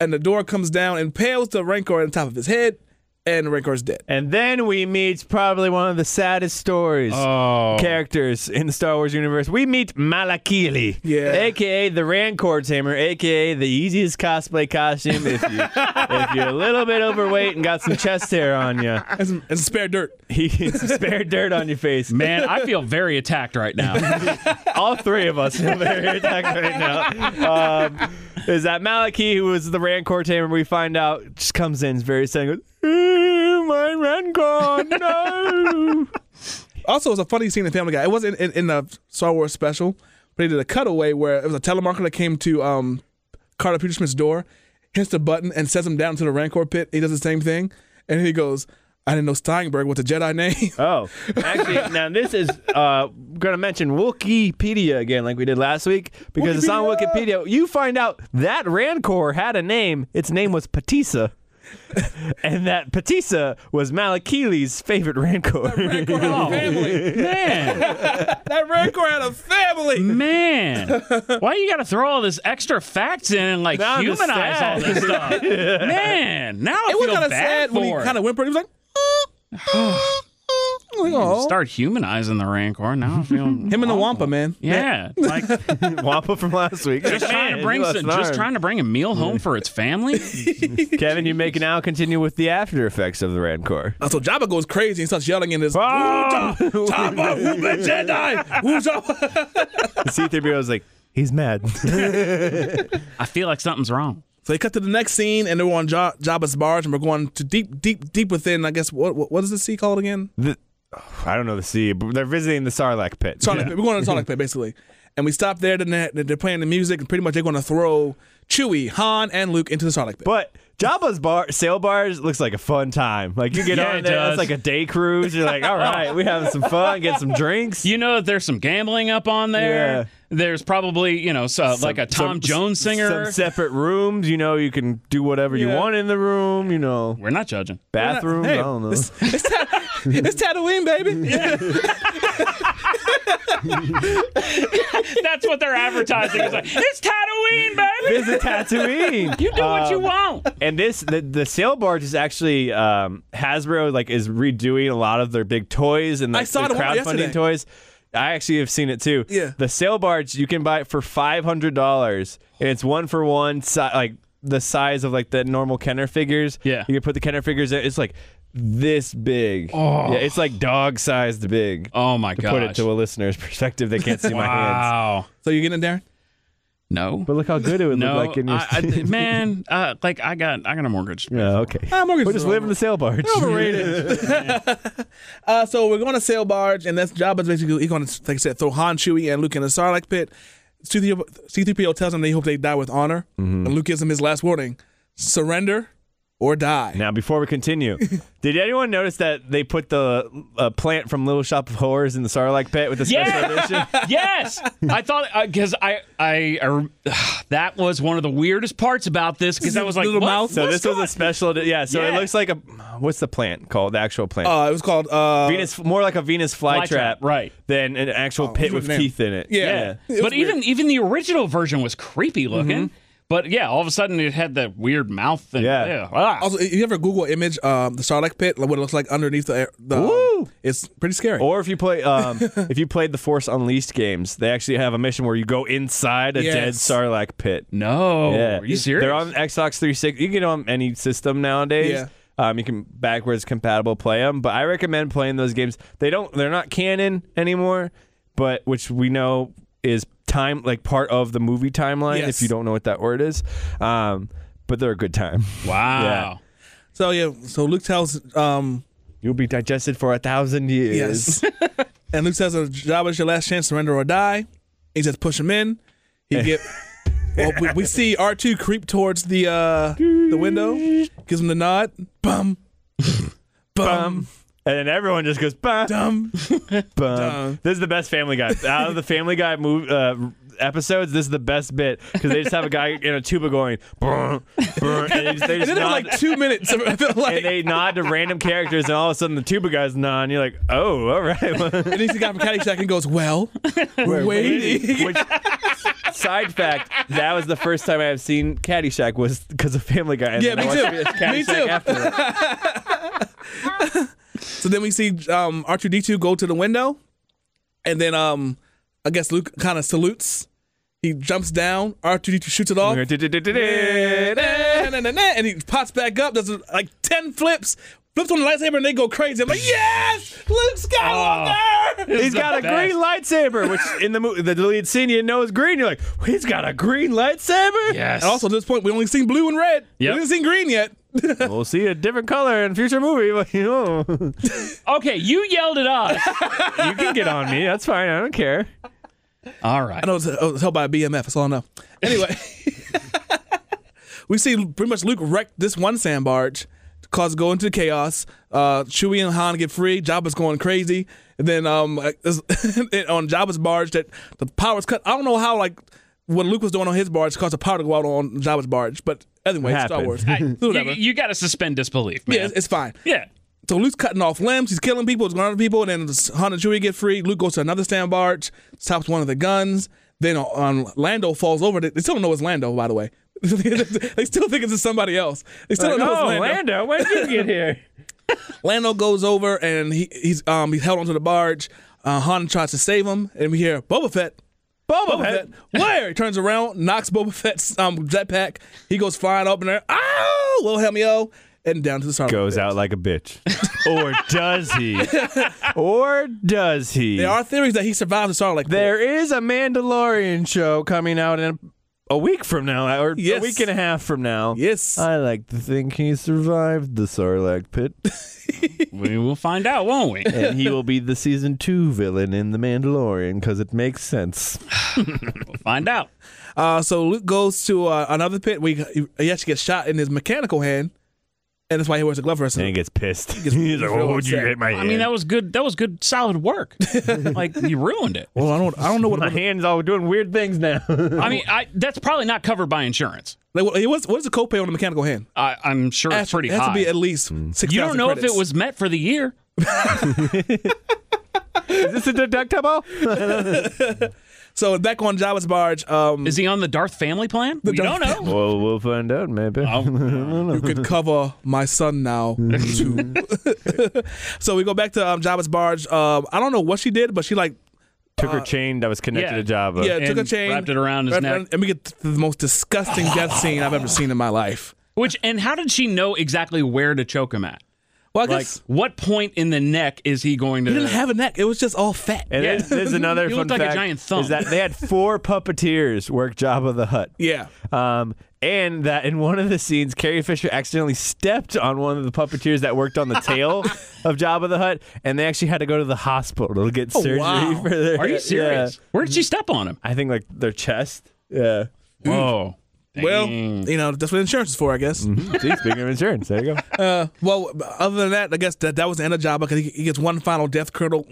C: and the door comes down, impales the Rancor on top of his head, and the Rancor's dead.
B: And then we meet probably one of the saddest stories,
D: Oh.
B: characters in the Star Wars universe. We meet Malakili,
C: Yeah.
B: aka the Rancor Tamer, aka the easiest cosplay costume if, you, if you're a little bit overweight and got some chest hair on you.
C: And some, and some spare dirt.
B: He can spare dirt on your face.
D: Man, I feel very attacked right now.
B: all three of us are very attacked right now. Um, is that Maliki, who was the Rancor tamer? We find out just comes in, is very sad, and goes, "Ooh, my Rancor, no.
C: Also, it's a funny scene in Family Guy. It wasn't in, in, in the Star Wars special, but they did a cutaway where it was a telemarketer that came to um, Carter Petersmith's door, hits the button, and sets him down to the Rancor pit. He does the same thing, and he goes, "I didn't know Steinberg was a Jedi name."
B: oh, actually, now this is uh, going to mention Wikipedia again, like we did last week, because it's on
C: Wikipedia!
B: Wikipedia. You find out that Rancor had a name. Its name was Patissa. and that Patissa was Malakili's favorite Rancor.
C: Rancor had a family.
D: Oh, Man,
C: That Rancor had a family.
D: man. Why you got to throw all this extra facts in and like
B: Now I'm just
D: humanize all
B: sad.
D: this stuff? Man, now I
C: It was
D: feel
C: kind of
D: bad
C: sad
D: for
C: when he
D: it.
C: kind of whimpered. He was like, like, "Oh."
D: Start humanizing the Rancor. Now I feel
C: Him and the Wampa man.
D: Oh. Yeah, like
B: Wampa from last week.
D: just trying to bring some, just trying to bring a meal home for its family.
B: Kevin, you may now continue with the after effects of the Rancor.
C: Uh, So Jabba goes crazy and starts yelling in his.
D: Oh!
B: Ah!
C: Jabba, Jabba, whoop it, Jedi, whoop Jabba.
B: C3PO was like, he's mad.
D: I feel like something's wrong.
C: So they cut to the next scene, and they were on Ja- Jabba's barge, and we're going to deep, deep, deep within. I guess what what, what is the sea called again?
B: the, I don't know the sea, but they're visiting the Sarlacc pit.
C: Sarlacc pit. We're going to Sarlacc pit basically, and we stop there. Then they're, they're playing the music, and pretty much they're going to throw Chewie, Han, and Luke into the Sarlacc pit.
B: But Jabba's bar, sail bars looks like a fun time. Like you get
D: Yeah,
B: on
D: it
B: there, it's
D: does.
B: like a day cruise. You're like, all right, we having some fun, get some drinks.
D: You know that there's some gambling up on there.
B: Yeah.
D: There's probably you know so, like a Tom
B: Some-
D: Jones singer.
B: Some separate rooms. You know, you can do whatever you
C: Yeah.
B: want in the room. You know,
D: We're not judging.
B: bathrooms.
C: Hey,
B: I don't know.
C: It's, it's, ta- it's Tatooine, baby.
D: That's what they're advertising. It's like it's Tatooine, baby.
B: Visit Tatooine.
D: You do what you
B: Um,
D: want.
B: and this the, the sail barge is actually um, Hasbro like is redoing a lot of their big toys and like,
C: I saw
B: the
C: it on-
B: crowdfunding
C: yesterday.
B: toys. I actually have seen it too.
C: Yeah.
B: the sail barge you can buy it for five hundred dollars, and it's one for one si- like the size of like the normal Kenner figures.
D: Yeah.
B: you can put the Kenner figures. in. It's like this big. Oh. Yeah, it's like dog sized big.
D: Oh my
B: to
D: god.
B: put it to a listener's perspective, they can't see my hands.
D: wow.
C: so you getting in there?
D: No.
B: But look how good it would
D: no.
B: look like in your.
D: I, I, man, uh, like I got I got a mortgage.
B: yeah, okay.
C: Ah, mortgages
B: We're just
C: are
B: living the sail barge.
C: Uh, so we're going to sail barge, and that's Jabba's basically he's going to, like I said, throw Han, Chewie, and Luke in the Sarlacc pit. C-3PO C-3PO tells him they hope they die with honor,
B: Mm-hmm.
C: and Luke gives him his last warning: surrender or die.
B: Now, before we continue, did anyone notice that they put the uh, plant from Little Shop of Horrors in the Sarlacc pit with the special edition?
D: Yeah. yes. I thought because I, I I rem- that was one of the weirdest parts about this because I was like,
C: Little
D: what?
C: mouse.
B: So
D: What's
B: this was
D: going-
B: a special, edi- yeah. So it
D: Yeah.
B: looks like a what's the plant called? The actual plant?
C: Uh, it was called uh,
B: Venus, more like a Venus flytrap,
D: Flytrap, right. Oh,
B: Than an actual pit
C: what's
B: with
C: the name?
B: teeth in it.
C: Yeah. It was Mm-hmm.
D: but even even the original version was creepy looking. But yeah, all of a sudden it had that weird mouth. And,
B: Yeah.
D: ah.
C: Also, if you ever Google image um, the Sarlacc pit, like what it looks like underneath the, air- the um,
B: Woo!
C: it's pretty scary.
B: Or if you play, um, if you played the Force Unleashed games, they actually have a mission where you go inside a dead
C: Yes.
B: Sarlacc pit.
D: no.
B: Yeah.
D: Are you serious?
B: They're on Xbox 360. You can get 'em on any system nowadays.
C: Yeah.
B: Um, you can backwards compatible play them, but I recommend playing those games. They don't, they're not canon anymore, but which we know is time, like part of the movie timeline.
C: Yes.
B: If you don't know what that word is, um, but they're a good time.
D: wow.
C: so yeah, so Luke tells um,
B: You'll be digested for a thousand years.
C: Yes. and Luke tells him, Jabba's your last chance, surrender or die. He says, push him in.
B: Eh.
C: He get. well, we, we see R2 creep towards the uh, the window, gives him the nod. Bum. Bum.
B: Bum. Um, And then everyone just goes, bah,
C: Dum.
B: Bum.
C: Dum.
B: This is the best Family Guy. Out of the Family Guy move, uh, episodes, this is the best bit because they just have a guy in a tuba going, brr, brr, and they just, they
C: And
B: just
C: then in
B: nod,
C: like two minutes, I feel like.
B: and they nod to random characters, and all of a sudden the tuba guy's nod, and you're like, oh, all right.
C: And he's the guy from Caddyshack and goes, well, we're waiting.
B: Which, side fact, that was the first time I've seen Caddyshack was because of Family Guy. And
C: Yeah,
B: then I
C: me
B: watched
C: too. Me
B: Caddyshack
C: too.
B: afterwards.
C: So then we see um, R2D2 go to the window, and then um, I guess Luke kind of salutes. He jumps down. R2D2 shoots it off. and he pops back up, does like 10 flips, flips on the lightsaber, and they go crazy. I'm like, yes! Luke Skywalker!
B: He's
D: the
B: got a
D: best.
B: green lightsaber, which in the movie, the deleted scene, you know is green. You're like, he's got a green lightsaber.
D: Yes.
C: And also, at this point, we only seen blue and red.
D: Yep.
C: We haven't seen green yet.
B: we'll see a different color in future movie, but you know, you
D: okay, you yelled at us.
B: can get on me. That's fine. I don't care.
D: all right.
C: I know it's, I was held by a BMF. That's all I know. Anyway, we see pretty much Luke wreck this one sand barge, cause go into chaos. Uh, Chewie and Han get free. Jabba's going crazy, and then um, like, this- on Jabba's barge that the power's cut. I don't know how like what Luke was doing on his barge caused the power to go out on Jabba's barge, but anyway, it's Star
B: Happened.
C: Wars.
D: you
C: Whatever.
D: you got to suspend disbelief, man.
C: Yeah, it's, it's fine.
D: yeah.
C: So Luke's cutting off limbs. He's killing people. He's going after people. And then Han and Chewie get free. Luke goes to another stand barge, stops one of the guns. Then um, Lando falls over. They they still don't know it's Lando, by the way. they still think it's just somebody else. They still
B: Like,
C: don't know it's
B: oh,
C: Lando.
B: Lando, when did you get here?
C: Lando goes over and he, he's um he's held onto the barge. Uh, Han tries to save him, and we hear Boba Fett. Boba,
B: Fett.
C: Where he turns around, knocks Boba Fett's um, jetpack. He goes flying up in there. Ow! Wilhelm yo, oh. and down to the Sarlacc.
B: Goes
C: pit.
B: out like a bitch, or does he? Or does he?
C: There are theories that he survived the Sarlacc. pit.
B: There is a Mandalorian show coming out in a week from now, or
C: Yes.
B: a week and a half from now.
C: Yes.
B: I like to think he survived the Sarlacc pit,
D: We will find out, won't we?
B: and he will be the season two villain in The Mandalorian because it makes sense.
D: We'll find out.
C: Uh, so Luke goes to uh, another pit where he, he actually gets shot in his mechanical hand, and that's why he wears a glove for us.
B: And he gets pissed. He's, like,
C: real
B: "What would you
C: upset.
B: hit my hand?"
D: I mean, that was good. That was good, solid work. like you ruined it.
C: Well, I don't, I don't know what
B: my hands all doing weird things now.
D: I mean, I, that's probably not covered by insurance.
C: like, what, what's what's the copay on the mechanical hand?
D: I, I'm sure
C: It
D: it's pretty
C: has to-
D: high.
C: It has to be at least six.
D: you don't know if it was meant for the year.
B: Is this a deductible?
C: So back on Jabba's barge, um,
D: Is he on the Darth family plan? we
C: Darth-
D: don't know. Um,
B: well, we'll find out, maybe.
C: you can cover my son now too. so we go back to um, Jabba's barge. Um, I don't know what she did, but she like
B: Took her chain that was connected
D: yeah.
B: to Java.
C: yeah took a
D: And
C: chain,
D: wrapped it around his
C: wrapped
D: neck.
C: and we get the most disgusting death scene I've ever seen in my life.
D: Which and how did she know exactly where to choke him at?
C: Well, I
D: Like, uh,
C: guess
D: what point in the neck is he going to?
C: he didn't have a neck. It was just all fat.
B: And
D: Yeah.
B: then there's another
D: You
B: fun
D: looked like a
B: fact,
D: giant thumb.
B: is that they had four puppeteers work Jabba the Hutt.
C: yeah.
B: Um, and that in one of the scenes, Carrie Fisher accidentally stepped on one of the puppeteers that worked on the tail of Jabba the Hutt, and they actually had to go to the hospital to get surgery
C: wow.
B: for their.
D: Oh, Are you
B: yeah.
D: serious? Where did she step on him?
B: I think like their chest. Yeah.
D: Whoa.
C: Well,
D: Dang.
C: you know that's what insurance is for, I guess.
B: Gee, speaking of insurance, there you go.
C: Uh, well, other than that, I guess that, that was the end of Jabba because he, he gets one final death curdle,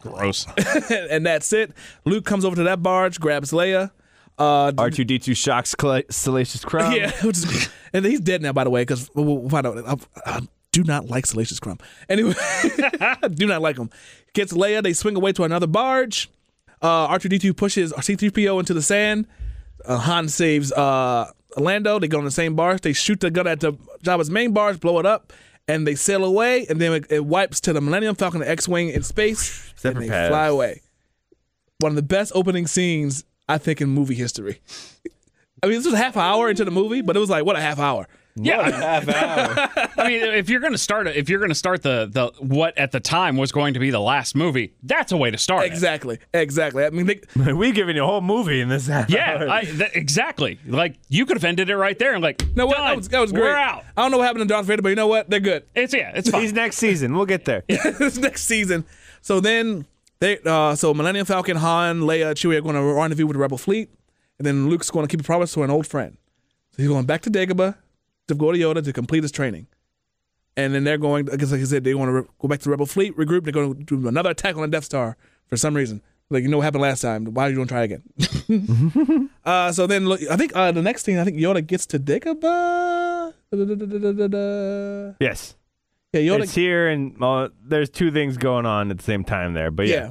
D: gross.
C: and that's it. Luke comes over to that barge, grabs Leia. Uh,
B: R two D two shocks Cla- Salacious Crumb.
C: yeah, which is- and he's dead now, by the way, because we'll, we'll find out. I, I do not like Salacious Crumb. Anyway, I do not like him. Gets Leia. They swing away to another barge. Uh, R2D2 pushes C3PO into the sand. Uh, Han saves uh, Lando. They go on the same barge. They shoot the gun at the Jabba's main barge, blow it up, and they sail away. And then it, it wipes to the Millennium Falcon, the X-wing in space,
B: Zephyr
C: and they
B: pads.
C: fly away. One of the best opening scenes I think in movie history. I mean, this was half an hour into the movie, but it was like what a half hour.
D: yeah. I mean, if you're going to start if you're going to start the the what at the time was going to be the last movie, that's a way to start. it.
C: Exactly, exactly. I mean, they,
B: we giving you a whole movie in this. half
D: Yeah,
B: hour.
D: I, th- exactly. Like you could have ended it right there and like
C: no, what
D: done.
C: that was, that was great.
D: We're out.
C: I don't know what happened to Darth Vader, but you know what? They're good.
D: It's yeah, it's fine.
B: He's next season. We'll get there.
C: this next season. So then they uh so Millennium Falcon, Han, Leia, Chewie are going to rendezvous with the Rebel fleet, and then Luke's going to keep a promise to an old friend. So he's going back to Dagobah to go to Yoda to complete his training, and then they're going. I guess like I said, they want to re- go back to the Rebel fleet, regroup. They're going to do another attack on the Death Star for some reason. Like you know what happened last time. Why are you going to try again? uh, so then look, I think uh, the next thing I think Yoda gets to Dagobah. Da-da-da-da-da-da.
B: Yes.
C: Yeah, Yoda
B: It's here, and well, there's two things going on at the same time there. But
C: Yeah.
B: yeah,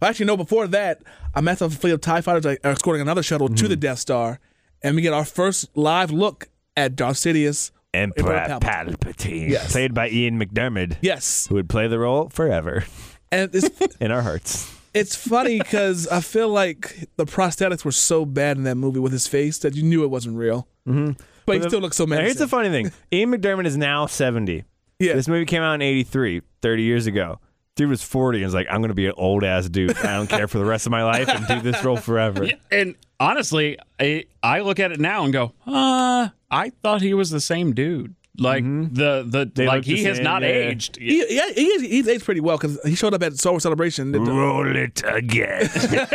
C: Well, actually, no, before that, a massive fleet of TIE fighters are escorting another shuttle to
B: Mm.
C: the Death Star, and we get our first live look at Darth Sidious.
B: Emperor,
C: Emperor Palpatine.
B: Palpatine, played by Ian McDermott,
C: Yes.
B: who would play the role forever
C: And it's,
B: in our hearts.
C: it's funny because I feel like the prosthetics were so bad in that movie with his face that you knew it wasn't real. Mm-hmm. But, he still looks so
B: Now,
C: menacing.
B: here's the funny thing: Ian McDermott is now 70.
C: Yeah.
B: This movie came out in 83, 30 years ago. Dude was 40 and was like, "I'm gonna be an old ass dude. I don't care for the rest of my life and do this role forever."
D: and honestly, I, I look at it now and go, uh, I thought he was the same dude. Like
C: Mm-hmm.
D: the the like
B: look the
D: he has
B: same,
D: not
B: yeah.
D: aged.
C: He, yeah, he, is- he's aged pretty well because he showed up at Star Wars Celebration. It,
B: Roll it again.
C: it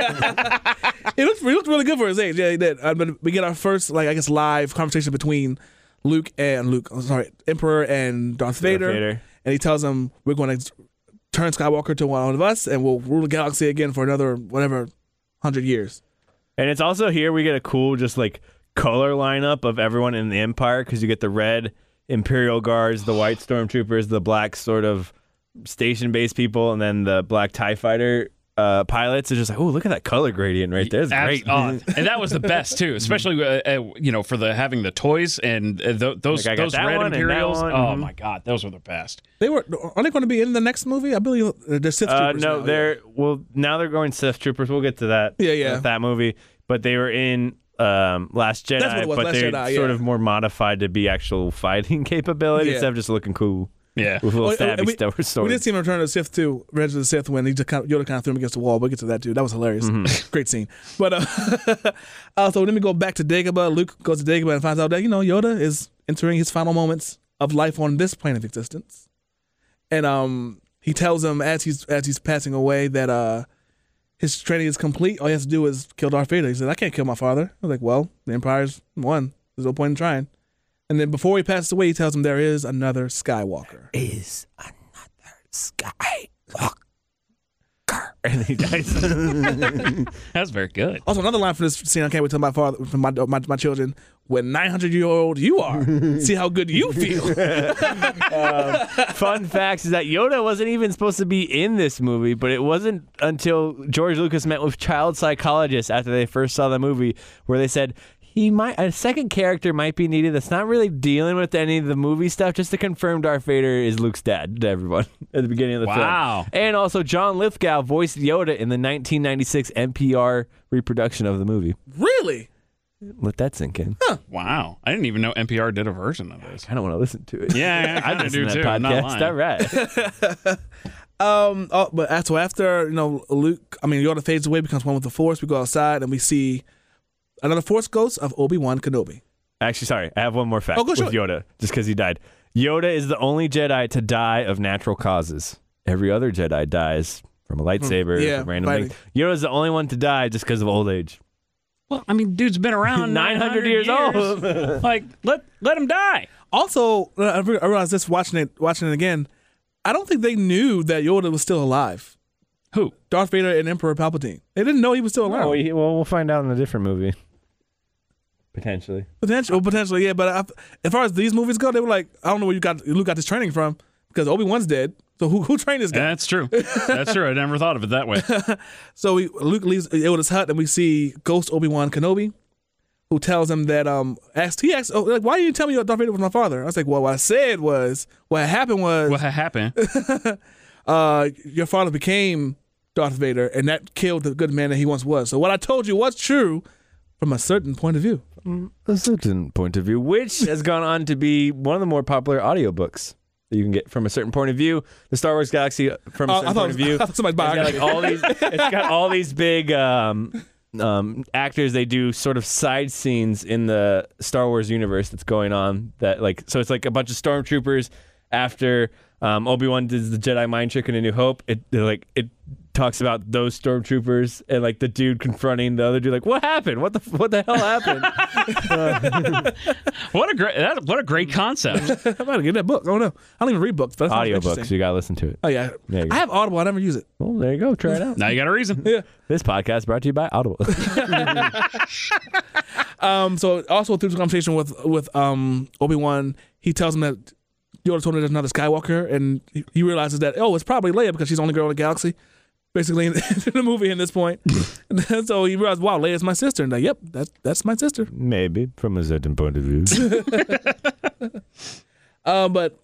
C: looked, he looked really good for his age. Yeah, he did. Uh, but we get our first, like I guess, live conversation between Luke and Luke. I'm sorry, Emperor and Darth Vader.
B: Vader.
C: And he tells him, "We're going to turn Skywalker to one of us, and we'll rule the galaxy again for another whatever hundred years."
B: And it's also here we get a cool just like color lineup of everyone in the Empire because you get the red Imperial guards, the white stormtroopers, the black sort of station based people, and then the black Tie Fighter uh, pilots. It's just like, oh, look at that color gradient right there. It's great.
D: Abs-
C: oh,
D: uh, and that was the best too, especially uh, uh, you know for the having the toys and uh, th- those
B: Like, I got
D: those
B: that
D: red
B: one and that
D: Imperials.
B: one,
D: Oh
B: mhm.
D: my god, those were the best.
C: They were are they going to be in the next movie? I believe uh, they're Sith
B: Uh,
C: troopers
B: no,
C: now,
B: they're well now they're going Sith troopers. We'll get to that.
C: Yeah, yeah.
B: with that movie, but they were in um, Last Jedi,
C: what it was,
B: but
C: Last
B: they're
C: Jedi,
B: sort
C: yeah.
B: of more modified to be actual fighting capability
C: Yeah.
B: instead of just looking cool
D: Yeah.
B: with little
C: Oh, and
B: stabby
C: we,
B: stuff-
C: we
B: swords.
C: did see him in Return of the Sith too, Revenge of the Sith, when he just kind of, Yoda kind of threw him against the wall. We'll get to that too. That was hilarious. Great scene. But uh, uh, so let me go back to Dagobah. Luke goes to Dagobah and finds out that you know Yoda is entering his final moments of life on this plane of existence, and um, he tells him as he's as he's passing away that uh, his training is complete. All he has to do is kill Darth Vader. He says, "I can't kill my father." I was like, "Well, the Empire's won. There's no point in trying." And then before he passes away, he tells him there is another Skywalker.
B: is another skywalker. And he dies.
D: That's very good.
C: Also, another line from this scene I can't wait to tell my father, from my, my my children, when 900 year old you are, see how good you feel.
B: Fun facts is that Yoda wasn't even supposed to be in this movie, but it wasn't until George Lucas met with child psychologists after they first saw the movie where they said he might a second character might be needed that's not really dealing with any of the movie stuff, just to confirm Darth Vader is Luke's dad to everyone at the beginning of the film.
D: Wow.
B: And also John Lithgow voiced Yoda in the nineteen ninety six NPR reproduction of the movie.
C: really?
B: Let that sink in.
D: Wow. I didn't even know NPR did a version of this.
B: I kind of want to listen to it.
D: Yeah, I
B: I
D: kinda
B: listen
D: do
B: to
D: too.
B: that
D: I'm not
B: podcast.
D: lying.
B: All right.
C: Um, oh, but after, so after you know Luke, I mean Yoda fades away, becomes one with the Force. We go outside and we see another Force ghost of Obi Wan Kenobi.
B: Actually, sorry, I have one more fact
C: Oh, go
B: with
C: show it.
B: Yoda, just because he died. Yoda is the only Jedi to die of natural causes. Every other Jedi dies from a lightsaber,
C: Hmm. yeah,
B: from random
C: fighting.
B: things. Yoda's the only one to die just because of old age.
D: Well, I mean, dude's been around
B: 900 years old.
D: like, let let him die.
C: Also, I re- I realized this watching it, watching it again. I don't think they knew that Yoda was still alive.
D: Who?
C: Darth Vader and Emperor Palpatine. They didn't know he was still alive.
B: Oh, we, well, we'll find out in a different movie, potentially.
C: Potentially, well, oh, potentially, yeah. But I, as far as these movies go, they were like, I don't know where you got Luke got this training from because Obi Wan's dead. So who who trained this guy?
D: That's true. That's true. I never thought of it that way.
C: So we, Luke leaves Yoda's hut, and we see Ghost Obi Wan Kenobi, who tells him that um asked he asked oh, like why didn't you tell me Darth Vader was my father? I was like, well, what I said was what happened was
D: What happened?
C: uh your father became Darth Vader, and that killed the good man that he once was. So what I told you was true from a certain point of view.
B: A certain point of view, which has gone on to be one of the more popular audiobooks that you can get from a certain point of view. The Star Wars Galaxy from a
C: Uh,
B: certain
C: I thought,
B: point of view.
C: I thought somebody's
B: It's
C: biography.
B: got like all these. It's got all these big um, um, actors. They do sort of side scenes in the Star Wars universe that's going on. That like so it's like a bunch of stormtroopers after um, Obi Wan does the Jedi mind trick in A New Hope. It they're like it talks about those stormtroopers and like the dude confronting the other dude. Like what happened? What the f- what the hell happened?
D: What a great that, what a great concept.
C: I'm about to get that book. Oh no, I don't even read books. But that sounds
B: Audiobooks.
C: interesting.
B: You gotta listen to it.
C: Oh yeah,
B: There you go.
C: I have Audible. I never use it.
B: Well, there you go. Try it out.
D: Now you got a reason.
B: This podcast brought to you by Audible.
C: Um, so also through the conversation with with um Obi Wan, he tells him that Yoda told him there's another Skywalker, and he- he realizes that oh, it's probably Leia because she's the only girl in the galaxy, basically in, in the movie at this point. And then- so he realized, wow, Leia's my sister, and like, yep, that's that's my sister.
B: Maybe from a certain point of view.
C: Um, but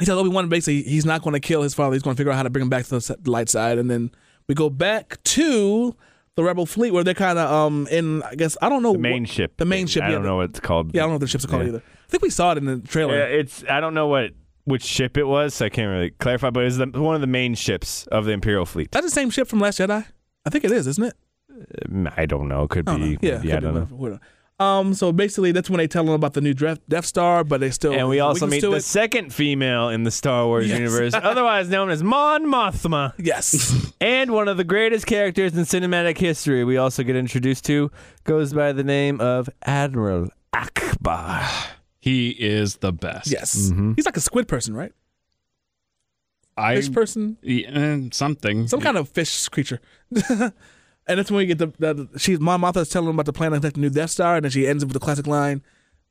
C: he tells Obi Wan basically he's not going to kill his father. He's going to figure out how to bring him back to the s- light side, and then we go back to the Rebel fleet where they're kind of um in I guess I don't know the
B: Main ship.
C: the main ship.
B: I
C: yeah,
B: don't
C: the-
B: know what it's called.
C: Yeah, I don't know what the ships are called
B: Yeah.
C: either. I think we saw it in the trailer.
B: Yeah, it's I don't know what which ship it was, so I can't really clarify. But it was the, one of the main ships of the Imperial fleet.
C: That's the same ship from Last Jedi. I think it is, isn't it?
B: Um, I don't know. Could
C: I don't
B: be.
C: know. Yeah,
B: Yeah, I
C: could be
B: don't know.
C: whatever, whatever. Um, so basically, that's when they tell them about the new Def- Death Star, but they still
B: And we also
C: can
B: meet
C: still
B: the
C: it.
B: second female in the Star Wars
C: Yes.
B: universe, otherwise known as Mon Mothma,
C: yes,
B: and one of the greatest characters in cinematic history. We also get introduced to goes by the name of Admiral Akbar.
D: He is the best.
C: yes. He's like a squid person, right?
D: I
C: Fish person,
D: yeah, eh, something.
C: some kind of fish creature. and that's when we get the, the she's Mon Mothma's telling them about the plan to attack the new Death Star, and then she ends it with the classic line: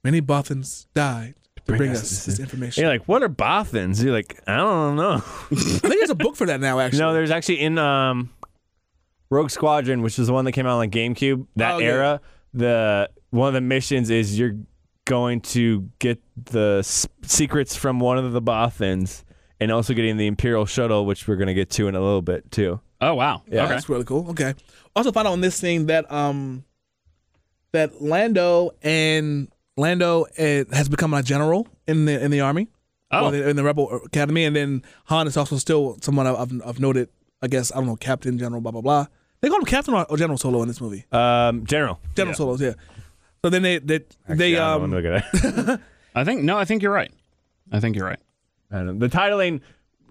C: "Many Bothans died to bring, us, this
B: And
C: information."
B: you're like, what are Bothans? You're like, I don't know.
C: I think there's a book for that now. Actually,
B: No, there's actually in um, Rogue Squadron, which is the one that came out on like GameCube, that
C: Oh, yeah.
B: era. The one of the missions is you're going to get the s- secrets from one of the Bothans, and also getting the Imperial shuttle, which we're gonna get to in a little bit too.
D: Oh wow. Okay.
C: That's really cool. Okay. Also found out on this thing that um that Lando and Lando uh, has become a general in the in the army.
D: Oh.
C: Well, in, in the Rebel Academy, and then Han is also still someone I've, I've- I've noted. I guess I don't know, Captain General, blah blah blah. They call him Captain or, or General Solo in this movie.
B: Um, General.
C: General Solos, yeah. So then they they they
B: Yeah, I
C: um
B: don't wanna look at that.
D: I think no. I think you're right. I think you're right.
B: I don't know. The titling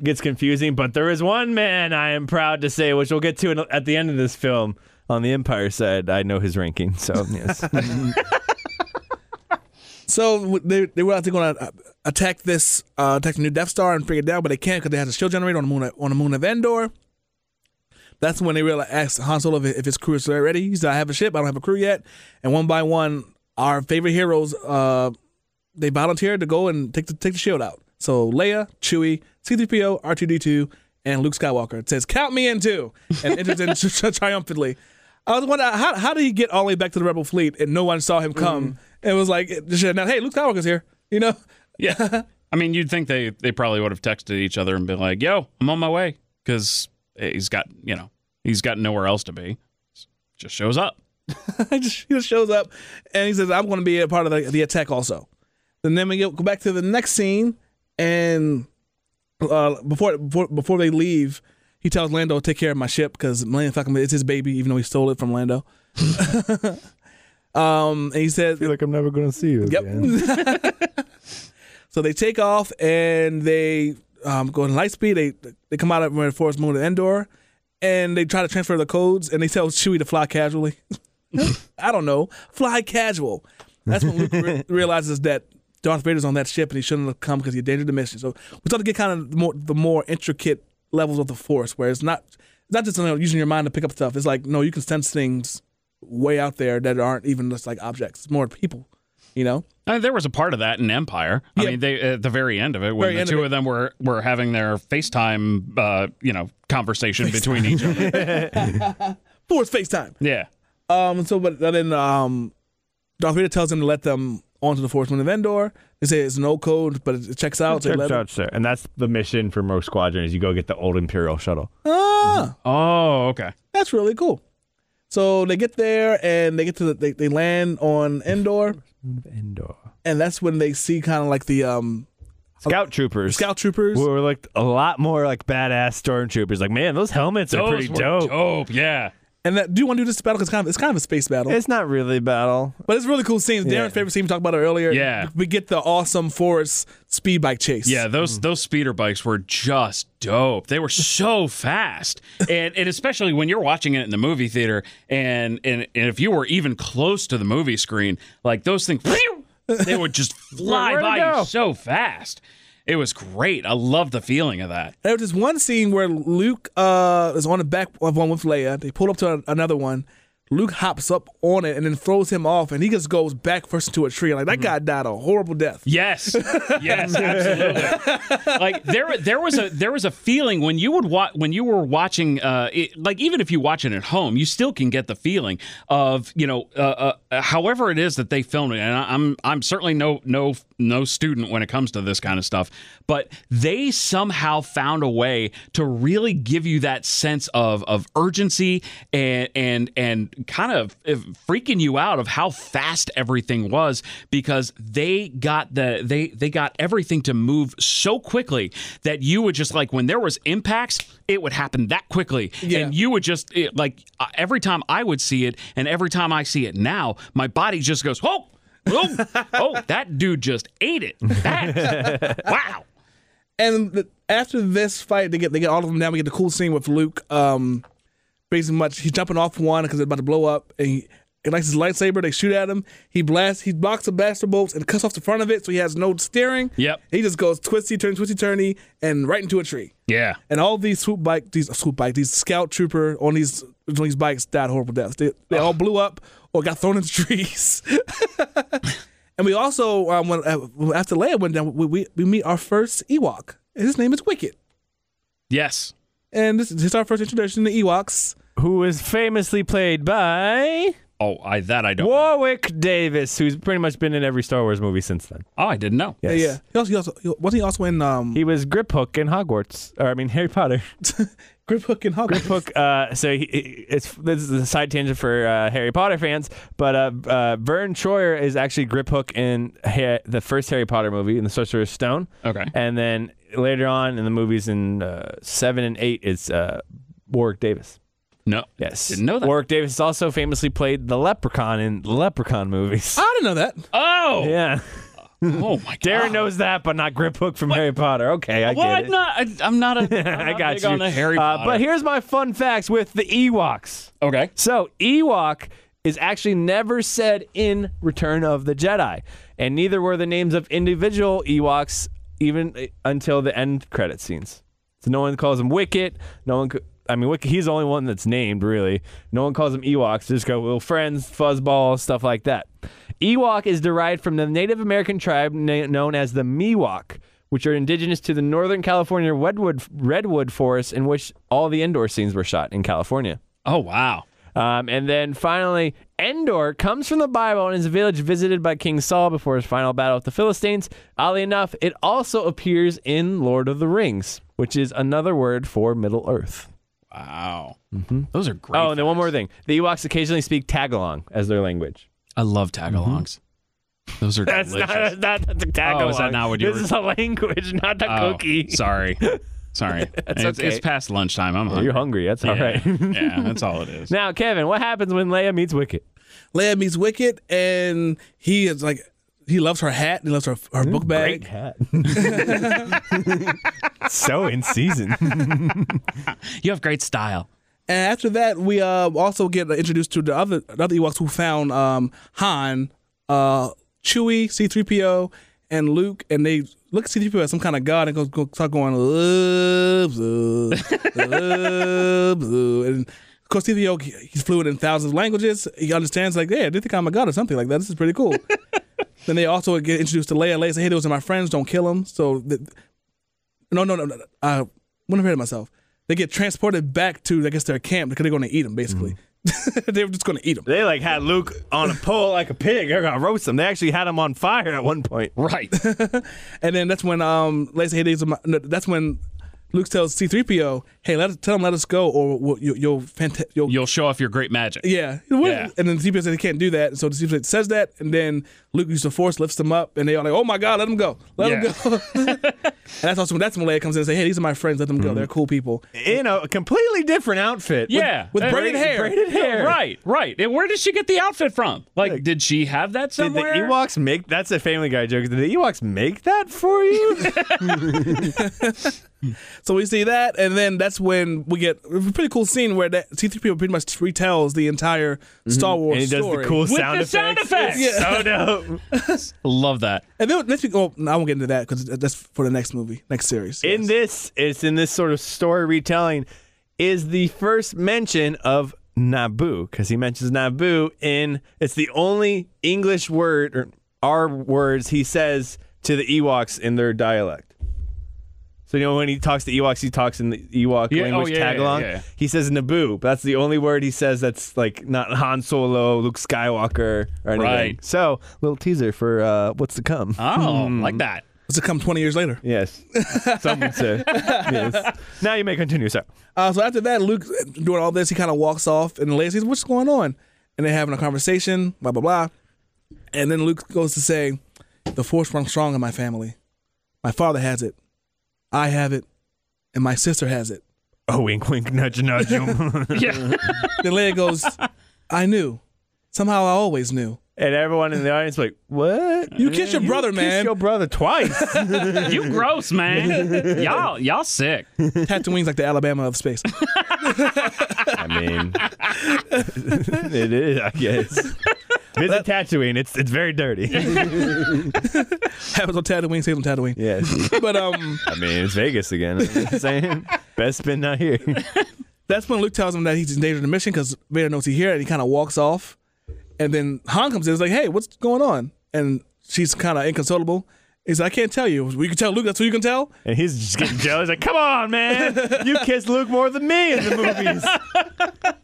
B: gets confusing, but there is one man I am proud to say, which we'll get to in, at the end of this film. On the Empire side, I know his ranking, so yes.
C: So w- they they were out there going to attack this uh, attack the new Death Star and bring it down, but they can't because they have a shield generator on the moon on the moon of Endor. That's when they realize asked Han Solo if, if his crew is ready. He said, "I have a ship. I don't have a crew yet." And one by one, our favorite heroes uh, they volunteered to go and take the take the shield out. So Leia, Chewie, C-3PO, R2D2, and Luke Skywalker it says, "Count me in too," and enters in tri- tri- triumphantly. I was wondering how how did he get all the way back to the Rebel fleet and no one saw him come? And it was like, it just said, "Now, hey, Luke Skywalker's here," you know.
D: Yeah. I mean, you'd think they they probably would have texted each other and been like, "Yo, I'm on my way," because he's got you know he's got nowhere else to be. Just shows up.
C: he just he just shows up and he says, "I'm going to be a part of the, the attack also." And then we go go back to the next scene, and uh, before before before they leave, he tells Lando, "Take care of my ship," because Millennium Falcon it's his baby, even though he stole it from Lando. um, and he says,
A: feel like I'm never gonna see you
C: Yep.
A: again.
C: So they take off and they um, go in lightspeed. They they come out of the forest moon at Endor, and they try to transfer the codes. And they tell Chewie to fly casually. I don't know, fly casual. That's when Luke re- realizes that Darth Vader's on that ship and he shouldn't have come because he endangered the mission. So we start to get kind of more, the more intricate levels of the force, where it's not it's not just you know, using your mind to pick up stuff. It's like no, you can sense things way out there that aren't even just like objects. It's more people, you know.
D: I mean, there was a part of that in Empire. I
C: Yeah.
D: mean, they at the very end of it, when
C: Very
D: the
C: end
D: two
C: of
D: of,
C: it.
D: them were were having their FaceTime, uh, you know, conversation between each other.
C: Force FaceTime.
D: Yeah,
C: Um. So, but then um, Darth Vader tells him to let them onto the Force Moon of Endor. They say it's no code, but it checks out. So they let
A: Checks
C: them-
A: out, sir. And that's the mission for most squadron is you go get the old Imperial shuttle. Hmm.
C: Ah,
D: Oh, okay.
C: that's really cool. So they get there and they get to the, they, they land on Endor,
A: Endor.
C: and that's when they see kind of like the um
B: Scout troopers.
C: scout troopers.
A: We were like a lot more like badass stormtroopers. Like, man, those helmets are
D: Those
A: pretty
D: were
A: dope.
D: Dope, yeah.
C: And that, do you want to do this battle? Because kind of it's kind of a space battle,
B: It's not really battle.
C: but it's really cool scenes. Darren's favorite scene we talked about it earlier.
D: Yeah.
C: we get the awesome forest speed bike chase.
D: Yeah,
B: Mm.
D: those those speeder bikes were just dope. They were so fast, and and especially when you're watching it in the movie theater, and and, and if you were even close to the movie screen, like those things, they would just fly
B: Where'd it
D: by
B: go?
D: you so fast. It was great. I love the feeling of that.
C: There was this one scene where Luke uh, is on the back of one with Leia. They pull up to an- another one. Luke hops up on it and then throws him off, and he just goes back first into a tree. Like that guy died a horrible death.
D: Yes, yes, absolutely. like there, there was a there was a feeling when you would watch when you were watching, uh, it, like even if you watch it at home, you still can get the feeling of you know, uh, uh, however it is that they filmed it. And I, I'm I'm certainly no no no student when it comes to this kind of stuff, but they somehow found a way to really give you that sense of of urgency and and and kind of uh, freaking you out of how fast everything was because they got the they they got everything to move so quickly that you would just like when there was impacts it would happen that quickly
C: Yeah.
D: and you would just it, like uh, every time I would see it and every time I see it now my body just goes oh oh oh that dude just ate it that wow
C: And the, after this fight, they get they get all of them down. We get the cool scene with Luke. Um, basically, much he's jumping off one because it's about to blow up, and he, he likes his lightsaber. They shoot at him. He blasts. He blocks the blaster bolts and cuts off the front of it, so he has no steering.
D: Yep.
C: He just goes twisty turn, twisty turny, and right into a tree.
D: yeah
C: And all these swoop bike, these swoop bike, these scout trooper on these on these bikes died horrible deaths. They, they all blew up or got thrown into trees. and we also um, when uh, after Leia went down, we, we we meet our first Ewok. And His name is Wicket,
D: yes
C: and this, this is our first introduction to Ewoks.
B: Who was famously played by
D: oh I that I don't
B: Warwick Davis, who's pretty much been in every Star Wars movie since then.
D: oh I didn't know
C: Yeah,
B: Yes.
C: yeah. He also, he also he- wasn't he also in um,
B: He was Grip Hook in Hogwarts, or I mean Harry Potter.
C: Grip Hook and Hogwarts?
B: Hook. Uh, so he, he- it's this is a side tangent for uh, Harry Potter fans, but uh, uh, Vern Troyer is actually Grip Hook in ha- the first Harry Potter movie in the Sorcerer's Stone.
D: Okay.
B: and then later on in the movies in uh, seven and eight, it's uh, Warwick Davis.
D: no
B: Yes,
D: didn't know that
B: Warwick Davis has also famously played the Leprechaun in the Leprechaun movies.
D: Ah!
C: I didn't know that.
D: oh
B: Yeah,
D: Oh my god.
B: Darren knows that, but not Grip Hook from Harry Potter. Okay, I
D: Well,
B: get it.
D: I'm not. I, I'm not a. I'm
B: I
D: not
B: got
D: big
B: you.
D: on the Harry
B: Uh,
D: Potter.
B: but here's my fun facts with the Ewoks.
D: okay.
B: So Ewok is actually never said in Return of the Jedi, and neither were the names of individual Ewoks even uh, until the end credit scenes. So no one calls him Wicket. No one. co- I mean, Wicket. He's the only one that's named really. No one calls him Ewoks. They Just go little friends, fuzzball, stuff like that. Ewok is derived from the Native American tribe na- known as the Miwok, which are indigenous to the Northern California redwood redwood forest in which all the indoor scenes were shot in California.
D: Oh wow.
B: Um, and then finally, Endor comes from the Bible and is a village visited by King Saul before his final battle with the Philistines. Oddly enough, it also appears in Lord of the Rings, which is another word for Middle Earth.
D: Wow. Those are great.
E: Oh, and then one more thing: the Ewoks occasionally speak Tagalong as their language.
D: I love tagalongs. Those are
E: That's
D: delicious.
E: not, that's not the Tagalong.
D: Oh, is that not what you
E: This
D: were-
E: is a language, not a
D: Oh,
E: cookie.
D: Sorry. Sorry. it's,
E: okay.
D: it's past lunchtime.
B: Oh,
D: I'm hungry.
E: You're hungry. That's all right.
D: yeah, that's all it is.
E: now, Kevin, what happens when Leia meets Wicket?
C: Leia meets Wicket, and he is like, he loves her hat. He loves her her book bag.
E: hat.
B: so in season.
D: You have great style.
C: And after that, we uh, also get introduced to the other the other Ewoks who found um, Han, uh, Chewie, C-3PO, and Luke, and they look at C-3PO as some kind of god and go, go start going, "Ub, zoo, ub, zoo." and of course C-3PO he- he's fluent in thousands of languages. He understands like, yeah, they think I'm a god or something like that. This is pretty cool. then they also get introduced to Leia. Leia say, hey, those are my friends. Don't kill them. So the, no, no, no, no. no. I wouldn't have heard myself. They get transported back to, I guess, their camp because they're going to eat them, basically.
D: Mm-hmm.
C: they were just going to eat them.
B: They like had Luke on a pole like a pig. They're gonna roast him. They actually had him on fire at one point.
D: Right.
C: And then that's when, um, let's say, these are my- no, that's when Luke tells C3PO, hey, let us, tell them, let us go, or we'll, you, you'll, fanta- you'll,
D: You'll show off your great magic.
C: yeah. What-
D: Yeah.
C: And then C3PO says he can't do that. So the C3PO says that, and then Luke uses the force, lifts them up, and they are like, oh my God, let them go. Let
D: Yeah.
C: them go. and that's also that's when Leia comes in and says, hey, these are my friends, let them
D: Mm-hmm.
C: go. They're cool people.
B: In a completely different outfit.
D: Yeah.
C: with
D: Uh,
C: braided hair.
B: braided hair.
D: Right, right. And where did she get the outfit from? Like, did she have that
B: Did the
D: somewhere?
B: Ewoks make that's a Family Guy joke? Did the Ewoks make that for you?
C: So we see that, and then that's when we get a pretty cool scene where that C-3PO pretty much retells the entire Star
B: Mm-hmm.
C: Wars
B: and he does
C: story.
B: the cool
D: With
B: sound
D: the sound effects.
B: So dope.
D: Love that.
C: And then next week, oh, no, I won't get into that because that's for the next movie, next series.
B: In
C: yes.
B: this, it's in this sort of story retelling, is the first mention of Naboo because he mentions Naboo in it's the only English word or our words he says to the Ewoks in their dialect. So you know when he talks to Ewoks, he talks in the Ewok
D: Yeah, oh,
B: language
D: yeah, yeah, yeah,
B: tagalong.
D: yeah.
B: He says Naboo, but that's the only word he says that's like not Han Solo, Luke Skywalker, or anything.
D: Right.
B: So little teaser for uh, what's to come.
D: Oh, like that.
C: It's to come 20 years later.
B: Yes. Some would say. yes. Now you may continue, sir.
C: Uh, so after that, Luke uh, doing all this, he kind of walks off, and Leia says, "What's going on?" And they're having a conversation, blah blah blah. And then Luke goes to say, "The Force runs strong in my family. My father has it, I have it, and my sister has it."
B: Oh, wink, wink, nudge, nudge. and
D: Yeah.
C: Then Leia goes, "I knew. Somehow I always knew.
B: everyone in the audience like, what?
C: You kissed your brother,
B: Kiss
C: man."
B: your brother twice.
D: you gross, man. Y'all, y'all sick.
C: Tatooine's like the Alabama of space.
B: I mean, it is, I guess. Visit Tatooine. It's it's very dirty.
C: Happens on Tatooine, stays on Tatooine.
B: yes.
C: But um,
B: I mean, it's Vegas again. I'm just saying. Best spin not here.
C: that's when Luke tells him that he's in danger of the mission because Vader knows he's here, and he kind of walks off. And then Han comes in, and is like, "Hey, what's going on?" And she's kind of inconsolable. He's like, "I can't tell you. We can tell Luke. That's who you can tell."
B: And he's just getting jealous. Like, come on, man. You kissed Luke more than me in the movies.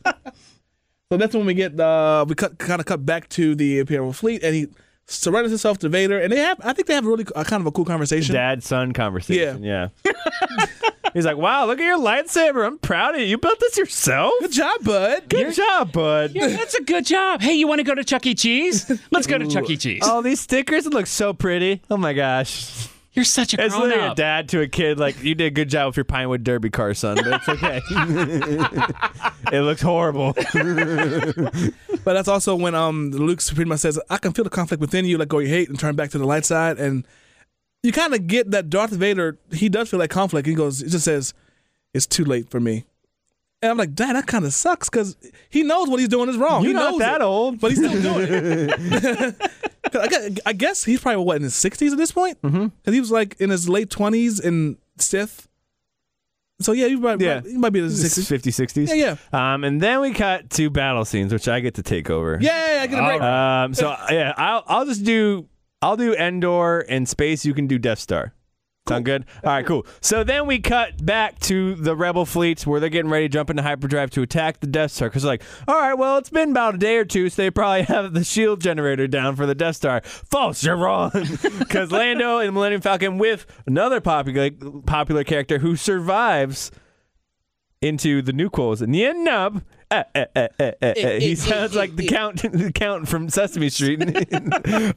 C: So that's when we get uh, we cut kind of cut back to the Imperial fleet, and he surrenders himself to Vader, and they have I think they have a really uh, kind of a cool conversation.
B: dad son conversation. Yeah. He's like, wow, look at your lightsaber. I'm proud of you. You built this yourself?
C: Good job, bud.
B: Good job, bud.
D: Yeah, that's a good job. Hey, you want to go to Chuck E. Cheese? Let's go to Chuck E. Cheese.
B: All these stickers look so pretty. Oh my gosh.
D: You're such a
B: It's
D: grown
B: literally
D: up.
B: a dad to a kid. Like, you did a good job with your Pinewood Derby car, son, but it's okay. it looks horrible.
C: But that's also when um Luke pretty much says, "I can feel the conflict within you, let go of your hate, and turn back to the light side." And you kind of get that Darth Vader, he does feel that conflict. He goes, he just says, "It's too late for me." And I'm like, "Dad, that kind of sucks," because he knows what he's doing is wrong.
B: You're
C: he
B: not
C: knows
B: that
C: it,
B: old.
C: but he's still doing it. 'Cause I gue- I guess he's probably what in his 60s at this point, because mm-hmm. he was like in his late 20s in Sith. So yeah, he might,
B: Yeah.
C: he might be in his 60s.
B: 50s, 60s.
C: Yeah,
B: yeah. Um, and then we cut to battle scenes, which I get to take over.
C: Yeah, I get a break.
B: Um, so yeah, I'll I'll just do I'll do Endor and space. You can do Death Star. Sound good? All right, cool. So then we cut back to the Rebel fleets where they're getting ready to jump into hyperdrive to attack the Death Star. Because, like, all right, well, it's been about a day or two, so they probably have the shield generator down for the Death Star. False, you're wrong. Because Lando and Millennium Falcon with another popular popular character who survives into the new quotes. Nien nub. Eh, eh, eh, eh, eh, eh. He sounds like the count, the count from Sesame Street.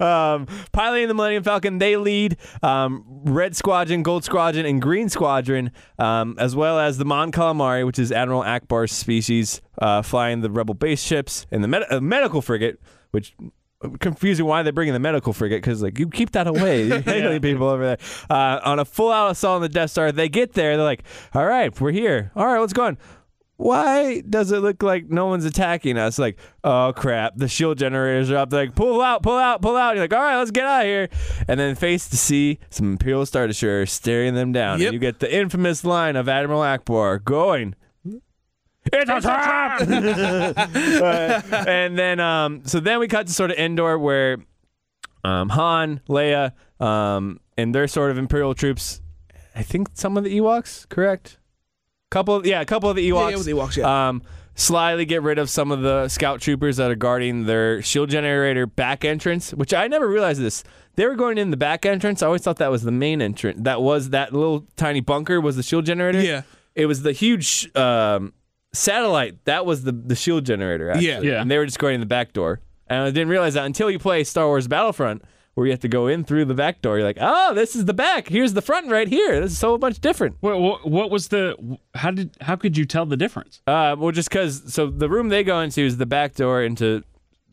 B: um, Pilot and the Millennium Falcon, they lead um, Red Squadron, Gold Squadron, and Green Squadron, um, as well as the Mon Calamari, which is Admiral Akbar's species, uh, flying the Rebel base ships, and the med- uh, medical frigate, which uh, confusing why they're bringing the medical frigate because like you keep that away you're handling people over there uh, on a full out assault on the death star they get there they're like all right we're here all right what's going why does it look like no one's attacking us like oh crap the shield generators are up they're like pull out pull out pull out you're like all right let's get out of here and then face to see some imperial star destroyers staring them down
C: Yep.
B: and you get the infamous line of admiral akbar going it's a trap! Uh, and then, um, so then we cut to sort of Endor where um, Han, Leia, um, and their sort of Imperial troops. I think some of the Ewoks, correct? Couple, yeah, a couple of the Ewoks.
C: Yeah, yeah, with the Ewoks, yeah.
B: Um, slyly get rid of some of the scout troopers that are guarding their shield generator back entrance, which I never realized this. They were going in the back entrance. I always thought that was the main entrance. That was that little tiny bunker was the shield generator.
C: Yeah.
B: It was the huge um, satellite. That was the the shield generator. Actually.
C: Yeah.
D: Yeah.
B: And they were just going in the back door. And I didn't realize that until you play Star Wars Battlefront, where you have to go in through the back door. You're like, oh, this is the back. Here's the front right here. This is so much different.
D: What, what, what was the? How did? How could you tell the difference?
B: Uh, well, just because, so the room they go into is the back door into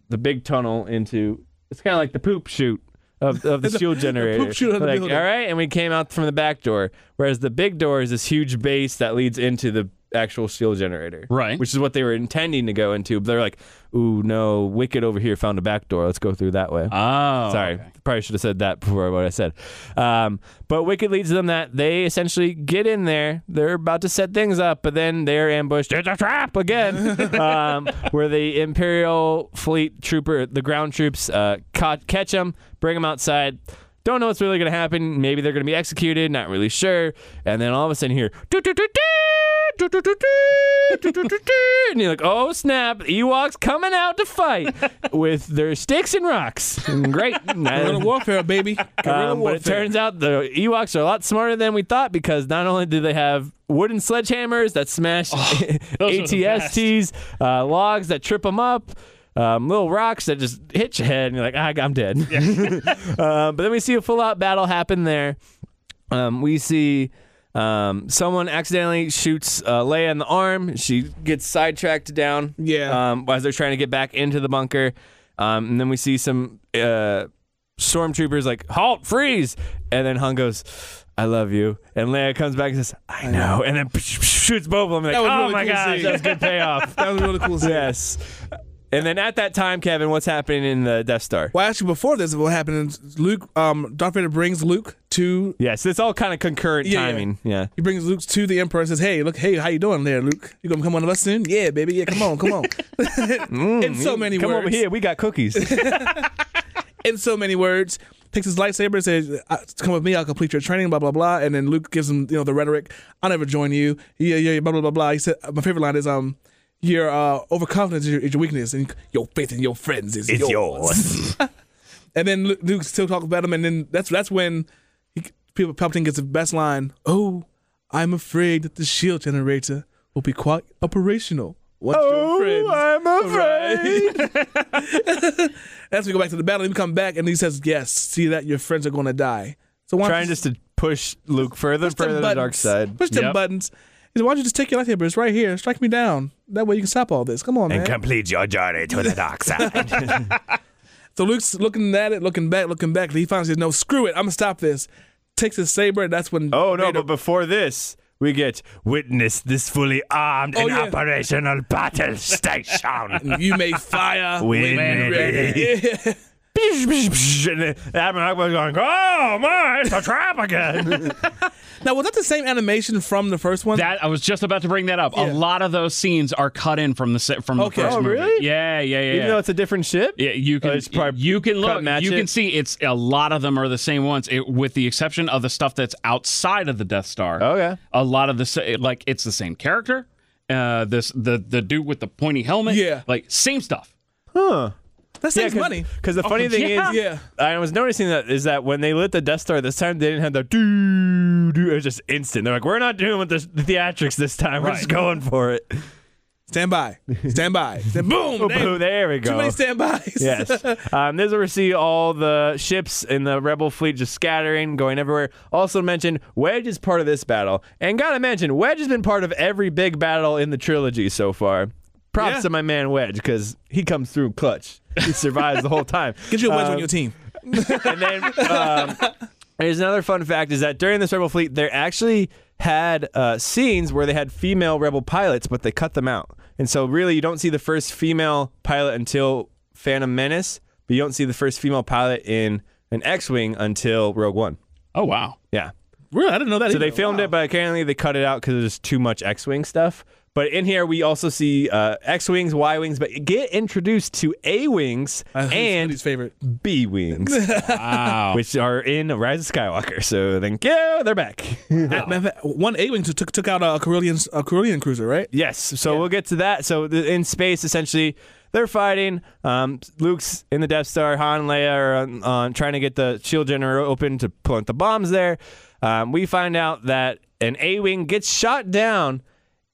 B: the big tunnel into, it's kind of like the poop chute of, of the, shield generator.
C: chute of the
B: like,
C: building.
B: all right, and we came out from the back door. Whereas the big door is this huge base that leads into the actual shield generator.
D: Right.
B: Which is what they were intending to go into, but they're like, ooh, no, Wicked over here found a back door. Let's go through that way.
D: Oh,
B: Sorry, probably should have said that before what I said. Um, but Wicked leads them that they essentially get in there. They're about to set things up, but then they're ambushed. It's a trap again, um, where the Imperial fleet trooper, the ground troops, uh, caught, catch them, bring them outside. Don't know what's really going to happen. Maybe they're going to be executed. Not really sure. And then all of a sudden, you hear. "Doo-doo-doo-doo, doo-doo-doo-doo, doo-doo-doo-doo," And you're like, oh snap! Ewoks coming out to fight with their sticks and rocks. And Great.
C: Guerrilla warfare, baby. Guerrilla
B: Um, but it
C: warfare.
B: turns out the Ewoks are a lot smarter than we thought because not only do they have wooden sledgehammers that smash
C: Oh,
D: are the
B: ATSTs, uh, logs that trip them up, um, little rocks that just hit your head, and you're like, ah, I'm dead. um, but then we see a full out battle happen there. Um, we see um, someone accidentally shoots uh, Leia in the arm. She gets sidetracked down.
C: Yeah.
B: Um, as they're trying to get back into the bunker. Um, and then we see some uh, stormtroopers like, halt, freeze. And then Han goes, I love you. And Leia comes back and says, I know. And then shoots both of them. Like,
C: That was
B: oh
C: really
B: my
C: cool
B: gosh,
C: scene.
B: that was good payoff.
C: That was really cool. scene.
B: yes. And then at that time, Kevin, what's happening in the Death Star?
C: Well, actually, before this, what happened is Luke, um, Darth Vader brings Luke to
B: Yes, it's all kind of concurrent
C: Yeah, yeah.
B: timing. Yeah.
C: He brings Luke to the Emperor and says, "Hey, look, hey, how you doing there, Luke? You gonna come on with us soon? Yeah, baby, yeah, come on, come on." in so many
B: Mm, Come
C: words,
B: over here. We got cookies.
C: in so many words, takes his lightsaber and says, "Uh, "Come with me, I'll complete your training." Blah blah blah, and then Luke gives him, you know, the rhetoric, "I'll never join you." Yeah, yeah, yeah, blah blah blah blah. He said, "My favorite line is, um, your uh, overconfidence is your, is your weakness, and your faith in your friends is yours." and then Lu- Luke still talks about him, and then that's that's when he, people Palpatine gets the best line. Oh, I'm afraid that the shield E generator will be quite operational. What's
B: Oh,
C: your friend?
B: I'm afraid.
C: As we go back to the battle, and we come back, and he says, "Yes, see that your friends are going to die." So why don't
B: Trying
C: you
B: just to push Luke further and
C: push them
B: further to the dark
C: buttons?
B: side.
C: Push them
D: Yep.
C: buttons. He said, "Why don't you just take your lightsaber? It's right here. Strike me down. That way you can stop all this. Come on, man."
A: complete your journey to the dark side.
C: So Luke's looking at it, looking back, looking back. He finally says, "No, screw it. I'm gonna stop this." Takes his saber, and that's when
B: Oh no,
C: Vader-
B: but before this, we get
A: Witness this fully armed
B: Oh,
A: and
C: yeah.
A: operational battle station.
C: you may fire
A: When
C: when
A: ready.
C: ready.
B: and then Admiral Ackbar's going, "Oh my, it's a trap again."
C: Now was that the same animation from the first one?
D: That I was just about to bring that up. A lot of those scenes are cut in from the se- from
C: Okay.
D: the first
C: Oh,
D: movie.
B: really?
D: Yeah, yeah, yeah.
B: Even
D: yeah.
B: though it's a different ship.
D: Yeah, you
B: Uh,
D: can.
B: it's probably
D: you can
B: cut
D: look.
B: match
D: You
B: it.
D: can see it's a lot of them are the same ones, it, with the exception of the stuff that's outside of the Death Star.
B: Okay.
D: a lot of the sa- like it's the same character. Uh, this the the dude with the pointy helmet.
C: Yeah.
D: like same stuff.
B: Huh.
C: That saves money.
B: Because the funny thing
D: yeah.
B: is,
C: Yeah.
B: I was noticing that is that when they lit the Death Star this time, they didn't have the doo doo. It was just instant. They're like, we're not doing with this, the theatrics this time. We're just going for it.
C: Stand by. Stand by. Then boom.
B: Oh,
C: there-
B: boom, there we
C: Too
B: go.
C: many standbys.
B: yes. Um, this is where we see all the ships in the Rebel fleet just scattering, going everywhere. Also mentioned Wedge is part of this battle, and gotta mention Wedge has been part of every big battle in the trilogy so far. Props
C: Yeah.
B: to my man Wedge because he comes through clutch. He survives the whole time.
C: Get you a wedge
B: Um,
C: on your team.
B: and then um, there's another fun fact is that during this rebel fleet, they actually had uh, scenes where they had female rebel pilots, but they cut them out. And so really, you don't see the first female pilot until Phantom Menace, but you don't see the first female pilot in an X-wing until Rogue One.
D: Oh wow.
B: Yeah.
C: Really? I didn't know that.
B: So they filmed it, but apparently they cut it out because there's too much X-wing stuff. But in here, we also see uh, X-wings, Y-wings, but get introduced to A-wings and
C: his favorite.
B: B wings,
D: Wow.
B: which are in Rise of Skywalker. So thank you, they're back.
C: Matter of fact, One A wing took took out a Carillion a Carillion cruiser, right?
B: yes, so we'll get to that. So th- in space, essentially, they're fighting. Um, Luke's in the Death Star. Han and Leia are on, on trying to get the shield generator open to plant the bombs there. Um, we find out that an A wing gets shot down,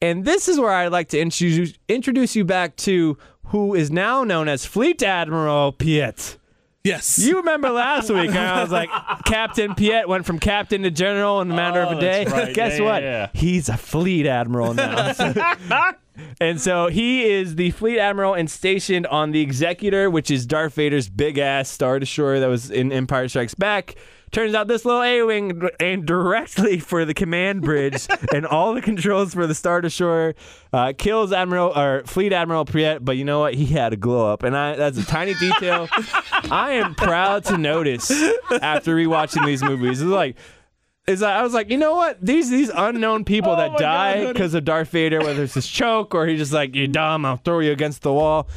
B: and this is where I'd like to introduce introduce you back to who is now known as Fleet Admiral Piet.
C: Yes.
B: You remember last week? I was like, Captain Piet went from captain to general in the matter of a day.
D: right.
B: Guess
D: Yeah, yeah,
B: what?
D: yeah.
B: He's a fleet admiral now. and so he is the fleet admiral and stationed on the Executor, which is Darth Vader's big ass star destroyer that was in Empire Strikes Back. Turns out this little A-wing aimed directly for the command bridge and all the controls for the star destroyer. Uh, kills Admiral or Fleet Admiral Priet, but you know what? He had a glow up, and I, that's a tiny detail. I am proud to notice after rewatching these movies. It's like is that I was like, you know what? These these unknown people that die because of Darth Vader, whether it's his choke or he's just like, you dumb, I'll throw you against the wall.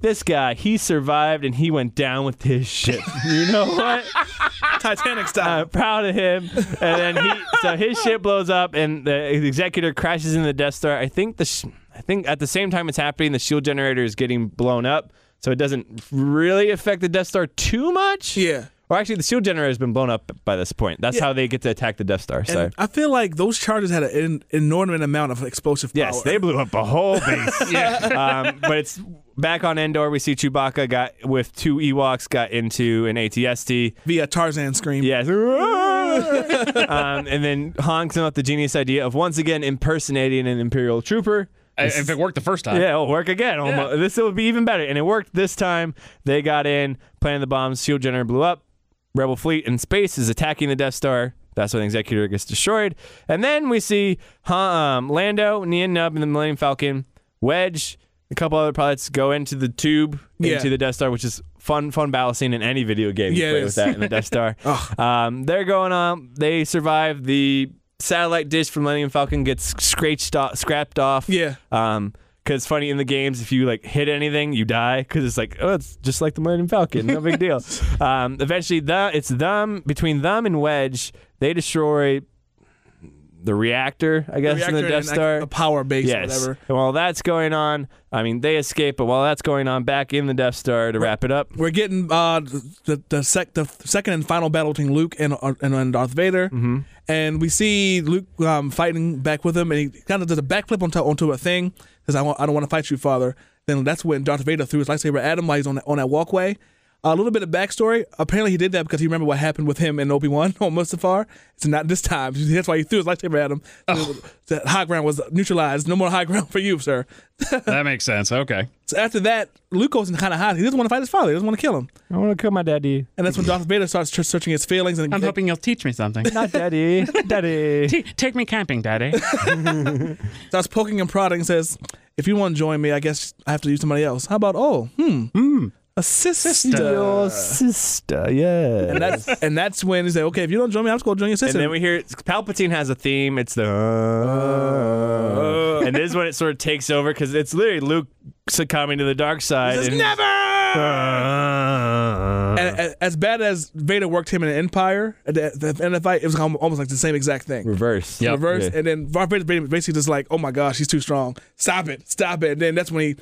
B: This guy, he survived and he went down with his ship. You know what?
C: Titanic style.
B: I'm proud of him. And then he, so his ship blows up, and the executor crashes into the Death Star. I think the, sh- I think at the same time it's happening, the shield generator is getting blown up, so it doesn't really affect the Death Star too much.
C: Yeah.
B: Or actually, the shield generator has been blown up by this point. That's how they get to attack the Death Star. So.
C: And I feel like those charges had an inordinate amount of explosive power.
B: Yes, they blew up a whole base. um, but it's back on Endor. We see Chewbacca got with two Ewoks got into an ATST.
C: via Tarzan scream.
B: Yes. um, and then Han came up with the genius idea of once again impersonating an Imperial trooper.
D: I- if it worked the first time.
B: Yeah, it'll work again. Almost. This would be even better. And it worked this time. They got in, planted the bombs, shield generator blew up. Rebel fleet in space is attacking the Death Star. That's when the Executor gets destroyed. And then we see Han, um, Lando, Nian Nub, and the Millennium Falcon, Wedge, a couple other pilots go into the tube,
C: Yeah.
B: into the Death Star, which is fun, fun battle scene in any video game. You
C: Yeah, it
B: play
C: is.
B: with that in the Death Star. um, they're going on. They survive. The satellite dish from Millennium Falcon gets scratched off, scrapped off.
C: Yeah.
B: Um, because funny in the games, if you like hit anything, you die. Because it's like, oh, it's just like the Millennium Falcon, no big deal. Um, eventually, the it's them between them and Wedge, they destroy the reactor, I guess, in the
C: Reactor
B: Death
C: and, like,
B: Star.
C: a power base or whatever.
B: And while that's going on, I mean, they escape, but while that's going on, back in the Death Star to wrap it up.
C: We're getting uh, the the, sec, the second and final battle between Luke and uh, and, and Darth Vader, mm-hmm. and we see Luke um, fighting back with him, and he kind of does a backflip onto onto a thing because I want, I don't want to fight you, Father. Then that's when Darth Vader threw his lightsaber at him while he's on that, on that walkway. A little bit of backstory. Apparently, he did that because he remembered what happened with him and Obi Wan on Mustafar. It's not this time. That's why he threw his lightsaber at him. That high ground was neutralized. No more high ground for you, sir.
D: That makes sense. Okay.
C: So after that, Luke goes in kind of hide. He doesn't want to fight his father. He doesn't want to kill him.
B: I want to kill my daddy.
C: And that's when Darth Vader starts tr- searching his feelings and
D: I'm hoping you'll teach me something.
B: Not daddy. daddy.
D: T- take me camping, Daddy.
C: starts poking and prodding and says, If you want to join me, I guess I have to use somebody else. How about, oh, hmm, a sis- sister.
B: Your sister, yeah.
C: And that's, and that's when he said, Okay, if you don't join me, I'm just going to join your
B: And
C: sister.
B: then we hear Palpatine has a theme. It's the
C: Oh.
B: and this is when it sort of takes over because it's literally Luke succumbing to the dark side.
C: says,
B: and, Uh.
C: "Never!" and, a- as bad as Vader worked him in an Empire, at the, at the end of the fight, it was al- almost like the same exact thing.
B: reverse.
D: Yep.
C: Reverse.
B: Yeah.
C: And then Darth Vader basically just like, Oh my gosh, he's too strong. Stop it. Stop it. And then that's when he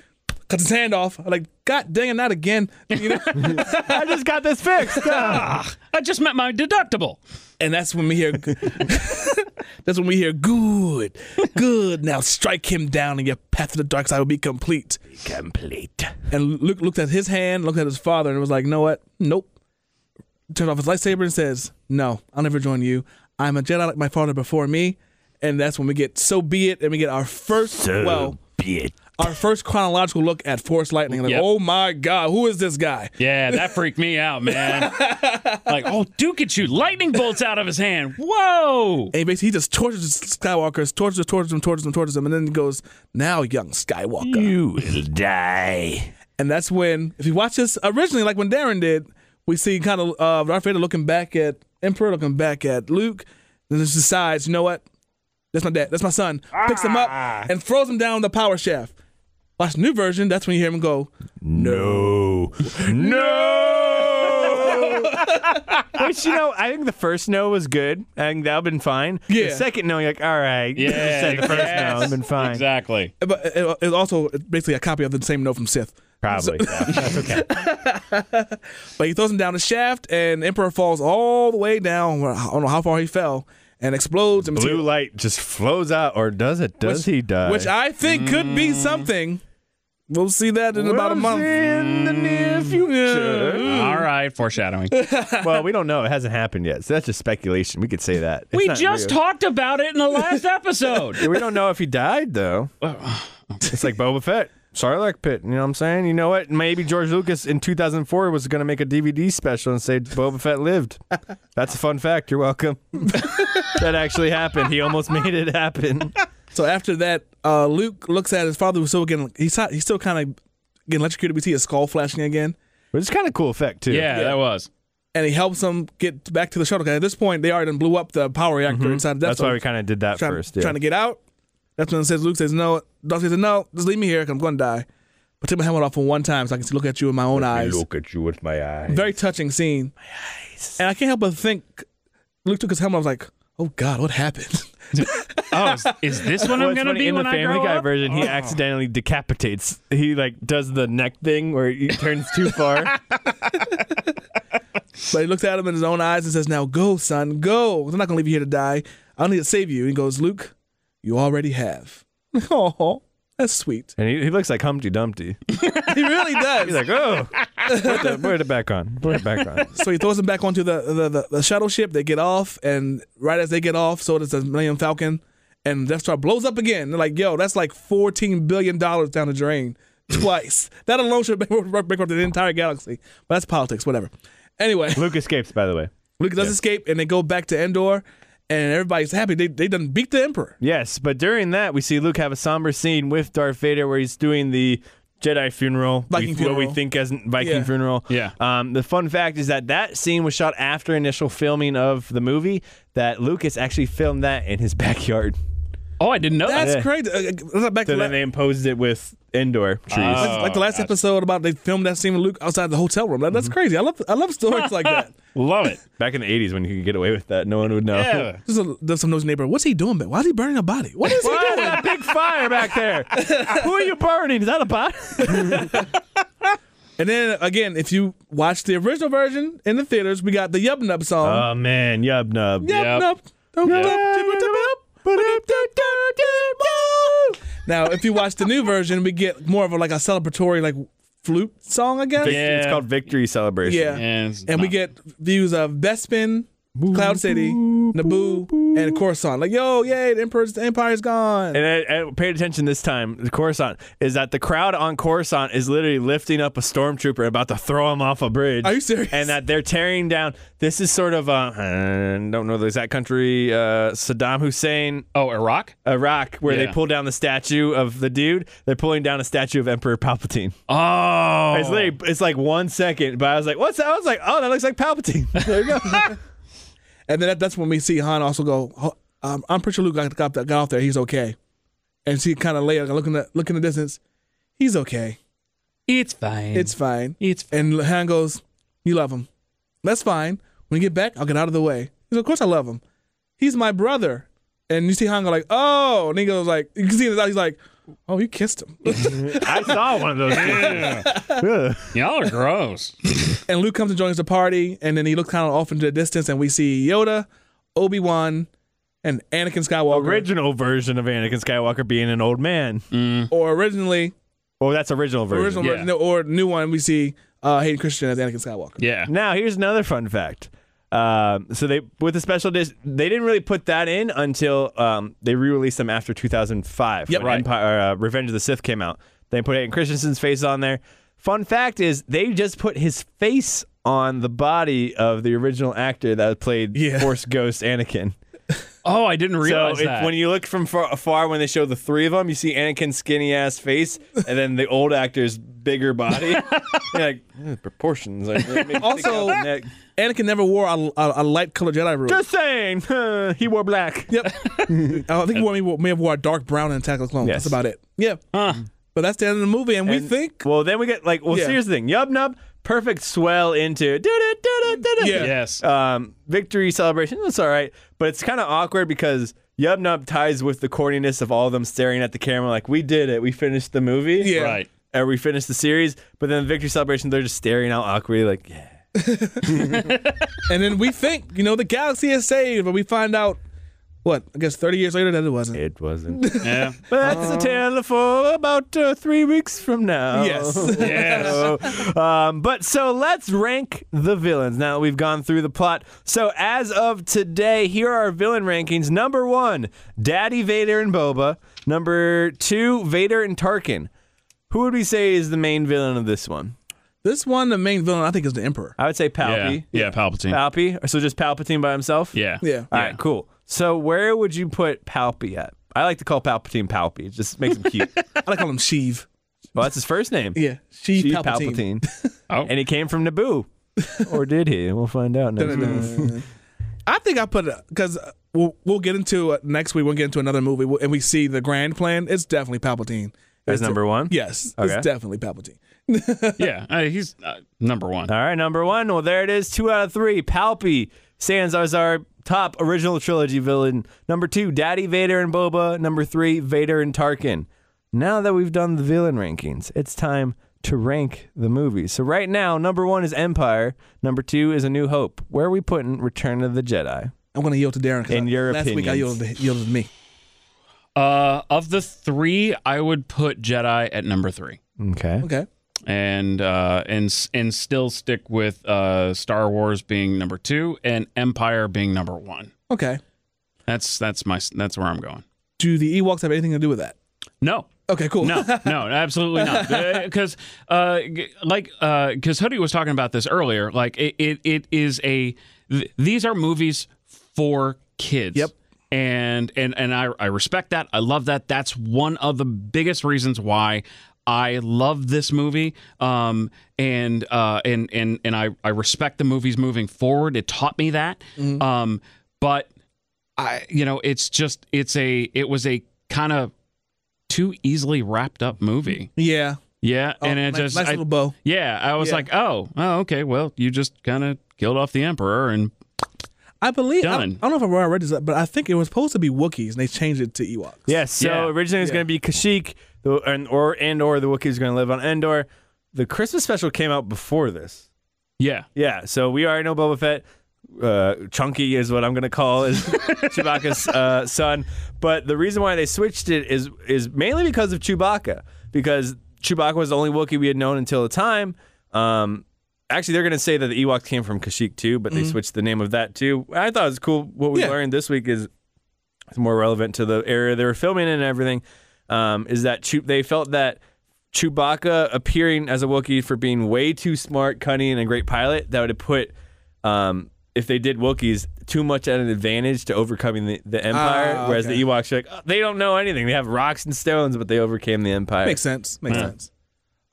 C: cuts his hand off. I'm like, God dang it, not again. You know?
B: I just got this fixed.
D: Ah, I just met my deductible.
C: and that's when we hear that's when we hear good good now strike him down and your path to the dark side will be complete
B: Complete.
C: and luke looked at his hand looked at his father and was like know what nope turned off his lightsaber and says no i'll never join you i'm a jedi like my father before me and that's when we get so be it and we get our first well
B: be it.
C: our first chronological look at force lightning like
D: Yep.
C: oh my god who is this guy
D: Yeah, that freaked me out, man. like, oh, Duke could shoot lightning bolts out of his hand. Whoa.
C: And he basically he just tortures Skywalker, tortures, tortures him, tortures him, tortures him, and then he goes, "Now, young Skywalker."
B: You will die.
C: And that's when, if you watch this originally, like when Darren did, we see kind of uh, Darth Vader looking back at Emperor, looking back at Luke, and just decides, you know what? That's my dad. That's my son. Picks him up
B: Ah.
C: and throws him down the power shaft. Watch the new version. That's when you hear him go,
B: No. No. Which you know, I think the first no was good. I think that would have been fine.
C: Yeah.
B: The second no, you're like, all right. you
D: Yeah,
B: said the first
D: yes.
B: no, would have been fine.
D: Exactly.
C: but it, it was also basically a copy of the same note from Sith.
B: Probably. yeah, that's okay.
C: But he throws him down the shaft, and Emperor falls all the way down. I don't know how far he fell, and explodes. And
B: Blue light just flows out, or does it? Does he die?
C: which I think could
B: Mm.
C: be something. We'll see that in about a month.
B: in the near future.
D: All right, foreshadowing.
B: Mm. well, we don't know. It hasn't happened yet, so that's just speculation. We could say that. It's
D: we
B: not
D: just
B: real.
D: talked about it in the last episode.
B: we don't know if he died though. it's like Boba Fett, Sarlacc pit. You know what I'm saying? You know what? Maybe George Lucas in 2004 was going to make a DVD special and say Boba Fett lived. That's a fun fact. You're welcome. that actually happened. He almost made it happen.
C: So after that, uh, Luke looks at his father, who's still getting he's not- he's still kind of getting electrocuted. We see his skull flashing again,
B: Which is kind of cool effect too.
D: yeah, that was.
C: and he helps him get back to the shuttle. 'Cause At this point, they already done blew up the power reactor inside.
B: Mm-hmm. That's why we kind of did that
C: trying,
B: first. Yeah.
C: trying to get out. That's when it says Luke says no. Darth says no. Just leave me here. 'cause I'm going to die. But take my helmet off for one time so I can look at you in my own eyes.
B: at you with my eyes.
C: Very touching scene. And I can't help but think Luke took his helmet. I was like, oh God, what happened?
D: Oh, is, is this what I'm
B: Well, it's
D: going to
B: funny,
D: be
B: in
D: when
B: the
D: I
B: Family
D: grow
B: Guy
D: up? Oh.
B: version, he accidentally decapitates. He like does the neck thing where he turns too far.
C: But he looks at him in his own eyes and says, Now go, son, go. I'm not going to leave you here to die. I need to save you. And he goes, Luke, you already have. Oh, that's sweet.
B: and he, he looks like Humpty Dumpty.
C: He really does.
B: He's like, oh, put the, put it back on, put it back on.
C: so he throws him back onto the, the, the, the shuttle ship. They get off. And right as they get off, so does the Millennium Falcon. And Death Star blows up again. They're like, Yo, that's like $14 billion down the drain twice. that alone should bankrupt the entire galaxy. But that's politics, whatever. Anyway.
B: Luke escapes, by the way.
C: Luke does escape, and they go back to Endor, and everybody's happy. They they done beat the Emperor.
B: Yes, but during that, we see Luke have a somber scene with Darth Vader where he's doing the Jedi funeral,
C: Viking
B: we- what
C: funeral.
B: we think as Viking
C: Yeah.
B: funeral.
D: Yeah.
B: Um, the fun fact is that that scene was shot after initial filming of the movie. That Lucas actually filmed that in his backyard.
D: Oh, I didn't know
C: That's
D: that.
C: crazy. Uh, uh, that's back
B: So
C: to la-
B: then they uh, imposed it with indoor trees.
D: Ah.
C: like the last episode about they filmed that scene with Luke outside the hotel room. Like, that's
B: Mm-hmm.
C: crazy. I love I love stories like that.
D: Love it.
B: Back in the 80s when you could get away with that, no one would know.
D: Yeah.
C: Just a, there's some nosy neighbor. What's he doing? Back? Why is he burning a body? What is he
B: Why is
C: doing?
B: there Oh, a big fire back there? Who are you burning? Is that a bot?
C: And then again, if you watch the original version in the theaters, we got the Yub Nub song.
B: Oh, man. Yub nub.
C: yub
D: yep.
C: Nub. Dub, dub, dub, dub, dub. Now, if you watch the new version, we get more of a, like a celebratory like flute song, I guess.
D: Yeah.
B: It's called Victory Celebration.
C: Yeah.
D: And,
C: and we get views of Bespin, Cloud City, Naboo, and Coruscant. Like, yo, yay, the Emperor's the Empire's gone.
B: And I, I paid attention this time. The Coruscant is that the crowd on Coruscant is literally lifting up a stormtrooper about to throw him off a bridge.
C: Are you serious?
B: And that they're tearing down. This is sort of uh, I don't know the exact country. Uh, Saddam Hussein,
D: Oh, Iraq?
B: Iraq, where
D: Yeah.
B: they pull down the statue of the dude. They're pulling down a statue of Emperor Palpatine.
D: Oh.
B: It's literally it's like one second, but I was like, what's that? I was like, oh, that looks like Palpatine. There you go.
C: And then that, that's when we see Han also go, "Oh, um, I'm pretty sure Luke got, got, got off there. He's okay. And she kind of later looking at looking in the distance. He's okay.
D: It's fine.
C: It's fine.
D: It's fine.
C: And Han goes, You love him. That's fine. When you get back, I'll get out of the way. He goes, Of course I love him. He's my brother. And you see Han go like, Oh. And he goes like, You can see in his eyes, he's like, Oh, you kissed him.
B: I saw one of those.
D: Y'all are gross.
C: and Luke comes and joins the party, and then he looks kind of off into the distance, and we see Yoda, Obi Wan, and Anakin Skywalker.
B: original version of Anakin Skywalker being an old man.
C: or originally,
B: Oh, that's original version.
C: original
D: Yeah.
C: version, or new one, we see uh, Hayden Christian as Anakin Skywalker.
D: Yeah.
B: Now, here's another fun fact. Um, so they with the special edition, they didn't really put that in until um, they re-released them after 2005.
C: Yep.
B: when
C: Right.
B: Empire, uh, Revenge of the Sith came out. They put Hayden Christensen's face on there. Fun fact is they just put his face on the body of the original actor that played
C: Yeah.
B: Force Ghost Anakin.
D: Oh, I didn't
B: So
D: realize
B: if-
D: that.
B: when you look from far, far, when they show the three of them, you see Anakin's skinny ass face, and then the old actor's bigger body. You're like "Eh, proportions. Like, really make-
C: Also-
B: stick out the neck."
C: Anakin never wore a, a, a light colored Jedi robe.
B: just saying, he wore black.
C: yep. I think he wore, he wore- may have wore a dark brown in Attack of the Clones.
B: Yes.
C: That's about it. Yeah. But that's the end of the movie, and, we
B: And-
C: think
B: Well, then we get like, well,
C: Yeah.
B: here's the thing, Yub Nub, perfect swell into do-do-do-do-do-do.
C: Yeah.
D: yes.
B: um, victory celebration. That's all right, but it's kind of awkward because Yub Nub ties with the corniness of all of them staring at the camera, like we did it, we finished the movie,
C: Yeah.
D: Right.
B: or we finished the series. But then victory celebration, they're just staring out awkwardly, like yeah.
C: and then we think, you know, the galaxy is saved, but we find out what, I guess thirty years later that it wasn't.
B: it wasn't.
D: Yeah.
B: but that's a tale for about uh, three weeks from now.
C: Yes.
D: Yes.
B: um, but so let's rank the villains now that we've gone through the plot. So as of today, here are our villain rankings. Number one, Daddy Vader and Boba. Number two, Vader and Tarkin. Who would we say is the main villain of this one?
C: This one, the main villain, I think, is the Emperor.
B: I would say Palpy.
D: Yeah. Yeah, Palpatine.
B: Palpy. So just Palpatine by himself.
D: yeah.
C: Yeah.
B: All right. Cool. So where would you put Palpy at? I like to call Palpatine Palpy. It just makes him cute.
C: I like to call him Sheev.
B: well, that's his first name.
C: Yeah, Sheev
B: Sheev
C: Palpatine.
B: Palpatine.
D: Oh.
B: And he came from Naboo. or did he? We'll find out next week.
C: I think I put because we'll, we'll get into uh, next week. We'll get into another movie, and we see the grand plan. It's definitely Palpatine.
B: That's
C: It's
B: number one?
C: Yes,
B: Okay.
C: it's definitely Palpatine.
D: yeah. Uh, he's uh, number one.
B: All right, number one. Well, there it is. Two out of three. Palpy stands as our top original trilogy villain. Number two, Daddy Vader and Boba. Number three, Vader and Tarkin. Now that we've done the villain rankings, it's time to rank the movies. So right now, number one is Empire. Number two is A New Hope. Where are we putting Return of the Jedi?
C: I'm going to yield to Darren. 'cause
B: In
C: I-
B: your
C: last week I
B: opinions.
C: yielded, yielded to me.
D: Uh, of the three, I would put Jedi at number three,
B: Okay.
C: Okay,
D: and uh, and s- and still stick with uh, Star Wars being number two and Empire being number one.
C: okay.
D: That's that's my s- that's where I'm going.
C: Do the Ewoks have anything to do with that?
D: No,
C: Okay, cool.
D: no, no, absolutely not. Because, uh, g- like, because Hoodie was talking about this earlier. Like, it, it, it is a. Th- these are movies for kids.
C: Yep.
D: And and and I I respect that. I love that. That's one of the biggest reasons why. I love this movie, um, and uh, and and and I, I respect the movies moving forward. It taught me that,
C: Mm-hmm.
D: um, but I you know it's just it's a it was a kind of too easily wrapped up movie.
C: yeah.
D: Yeah,
C: Oh,
D: and it
C: nice,
D: just
C: nice
D: I-
C: little bow.
D: yeah, I was
C: Yeah.
D: like, oh, oh, okay, well, you just kind of killed off the emperor, and
C: I believe. I, I
D: Done.
C: don't know if I read this, but I think it was supposed to be Wookiees, and they changed it to Ewoks.
B: Yes. So
D: Yeah.
B: originally it was
C: Yeah.
B: going to be Kashyyyk, the, and or and or the Wookiees going to live on Endor. The Christmas special came out before this.
D: yeah,
B: Yeah. So we already know Boba Fett. Uh, Chunky is what I'm going to call is Chewbacca's uh, son. But the reason why they switched it is is mainly because of Chewbacca because Chewbacca was the only Wookiee we had known until the time. Um, actually, they're going to say that the Ewoks came from Kashyyyk too, but they switched the name of that too. I thought it was cool. What we
C: Mm-hmm. Yeah.
B: learned this week is it's more relevant to the area they were filming in and everything, um, is that Chew- they felt that Chewbacca appearing as a Wookiee for being way too smart, cunning, and a great pilot, that would have put, um, if they did Wookiees, too much at an advantage to overcoming the, the Empire.
C: Ah,
B: Whereas
C: okay.
B: the Ewoks are like, "Oh, they don't know anything. They have rocks and stones, but they overcame the Empire.
C: Makes sense. Makes sense.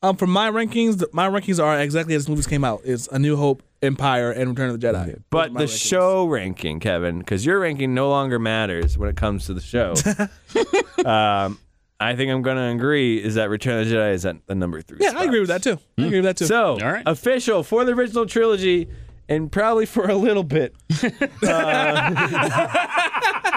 C: Um, for my rankings, th- my rankings are exactly as movies came out. It's A New Hope, Empire, and Return of the Jedi. Those are
B: But
C: my
B: the
C: rankings.
B: show ranking, Kevin, because your ranking no longer matters when it comes to the show. um, I think I'm going to agree is that Return of the Jedi is at the number three.
C: Yeah,
B: spot.
C: I agree with that too. I agree with that too.
B: So,
D: All right.
B: official for the original trilogy and probably for a little bit. Uh,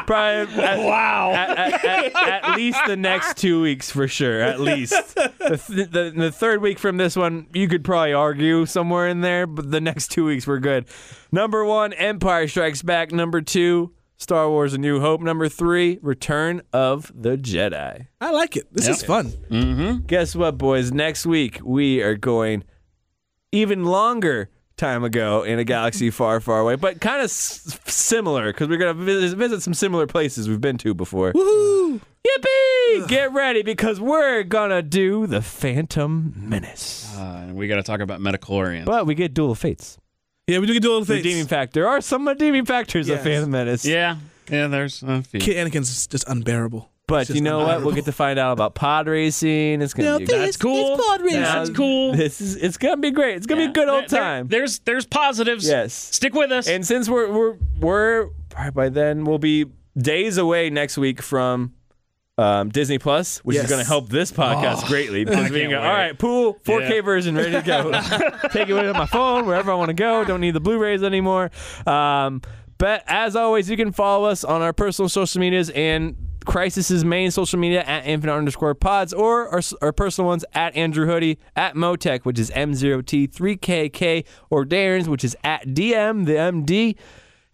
B: probably at,
D: Wow.
B: at, at- at- at least the next two weeks for sure. At least the, th- the the third week from this one, you could probably argue somewhere in there, but the next two weeks were good. Number one, Empire Strikes Back. Number two, Star Wars: A New Hope. Number three, Return of the Jedi.
C: I like it. This is fun.
B: Guess what, boys? Next week we are going even longer time ago in a galaxy far, far away, but kind of s- similar because we're gonna visit, visit some similar places we've been to before.
C: Woohoo!
B: Yippee! Get ready because we're gonna do the Phantom Menace.
D: Uh, and we got to talk about Metachlorians.
B: But we get Duel of Fates.
C: Yeah, we do get to all the things.
B: Redeeming factor. There are some redeeming factors of
C: Yes.
B: Phantom Menace.
D: yeah. Yeah, there's a few.
C: Kid Anakin's is just unbearable.
B: But you know what? We'll get to find out about pod racing. It's gonna
C: No,
B: be
C: this-
B: that's cool.
C: this pod racing.
B: Now,
D: That's cool.
B: This is it's gonna be great. It's gonna be a good old
D: There- there-
B: time.
D: there's there's positives.
B: Yes.
D: Stick with us.
B: And since we're we're we're by then we'll be days away next week from um, Disney Plus, which
C: Yes.
B: is going to help this podcast greatly because we can go,
D: Oh. wait.
B: all right, pool 4K
D: Yeah.
B: version ready to go. Take it with on my phone wherever I want to go. Don't need the Blu-rays anymore. Um, but as always, you can follow us on our personal social medias and Crisis's main social media at infinite underscore pods or our, s- our personal ones at Andrew Hoodie, at Motec, which is M0T3KK, or Darren's, which is at DM, the MD.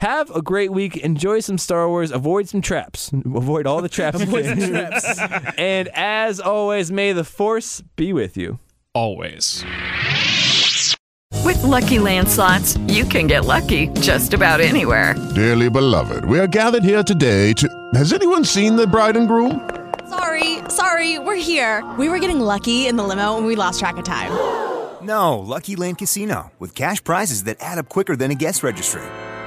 B: Have a great week. Enjoy some Star Wars. Avoid some traps. Avoid all the traps. Avoid traps. and as always, may the force be with you.
D: Always.
F: With Lucky Land slots, you can get lucky just about anywhere.
G: Dearly beloved, we are gathered here today to. Has anyone seen the bride and groom?
H: Sorry, sorry, we're here. We were getting lucky in the limo and we lost track of time.
I: No, Lucky Land Casino, with cash prizes that add up quicker than a guest registry.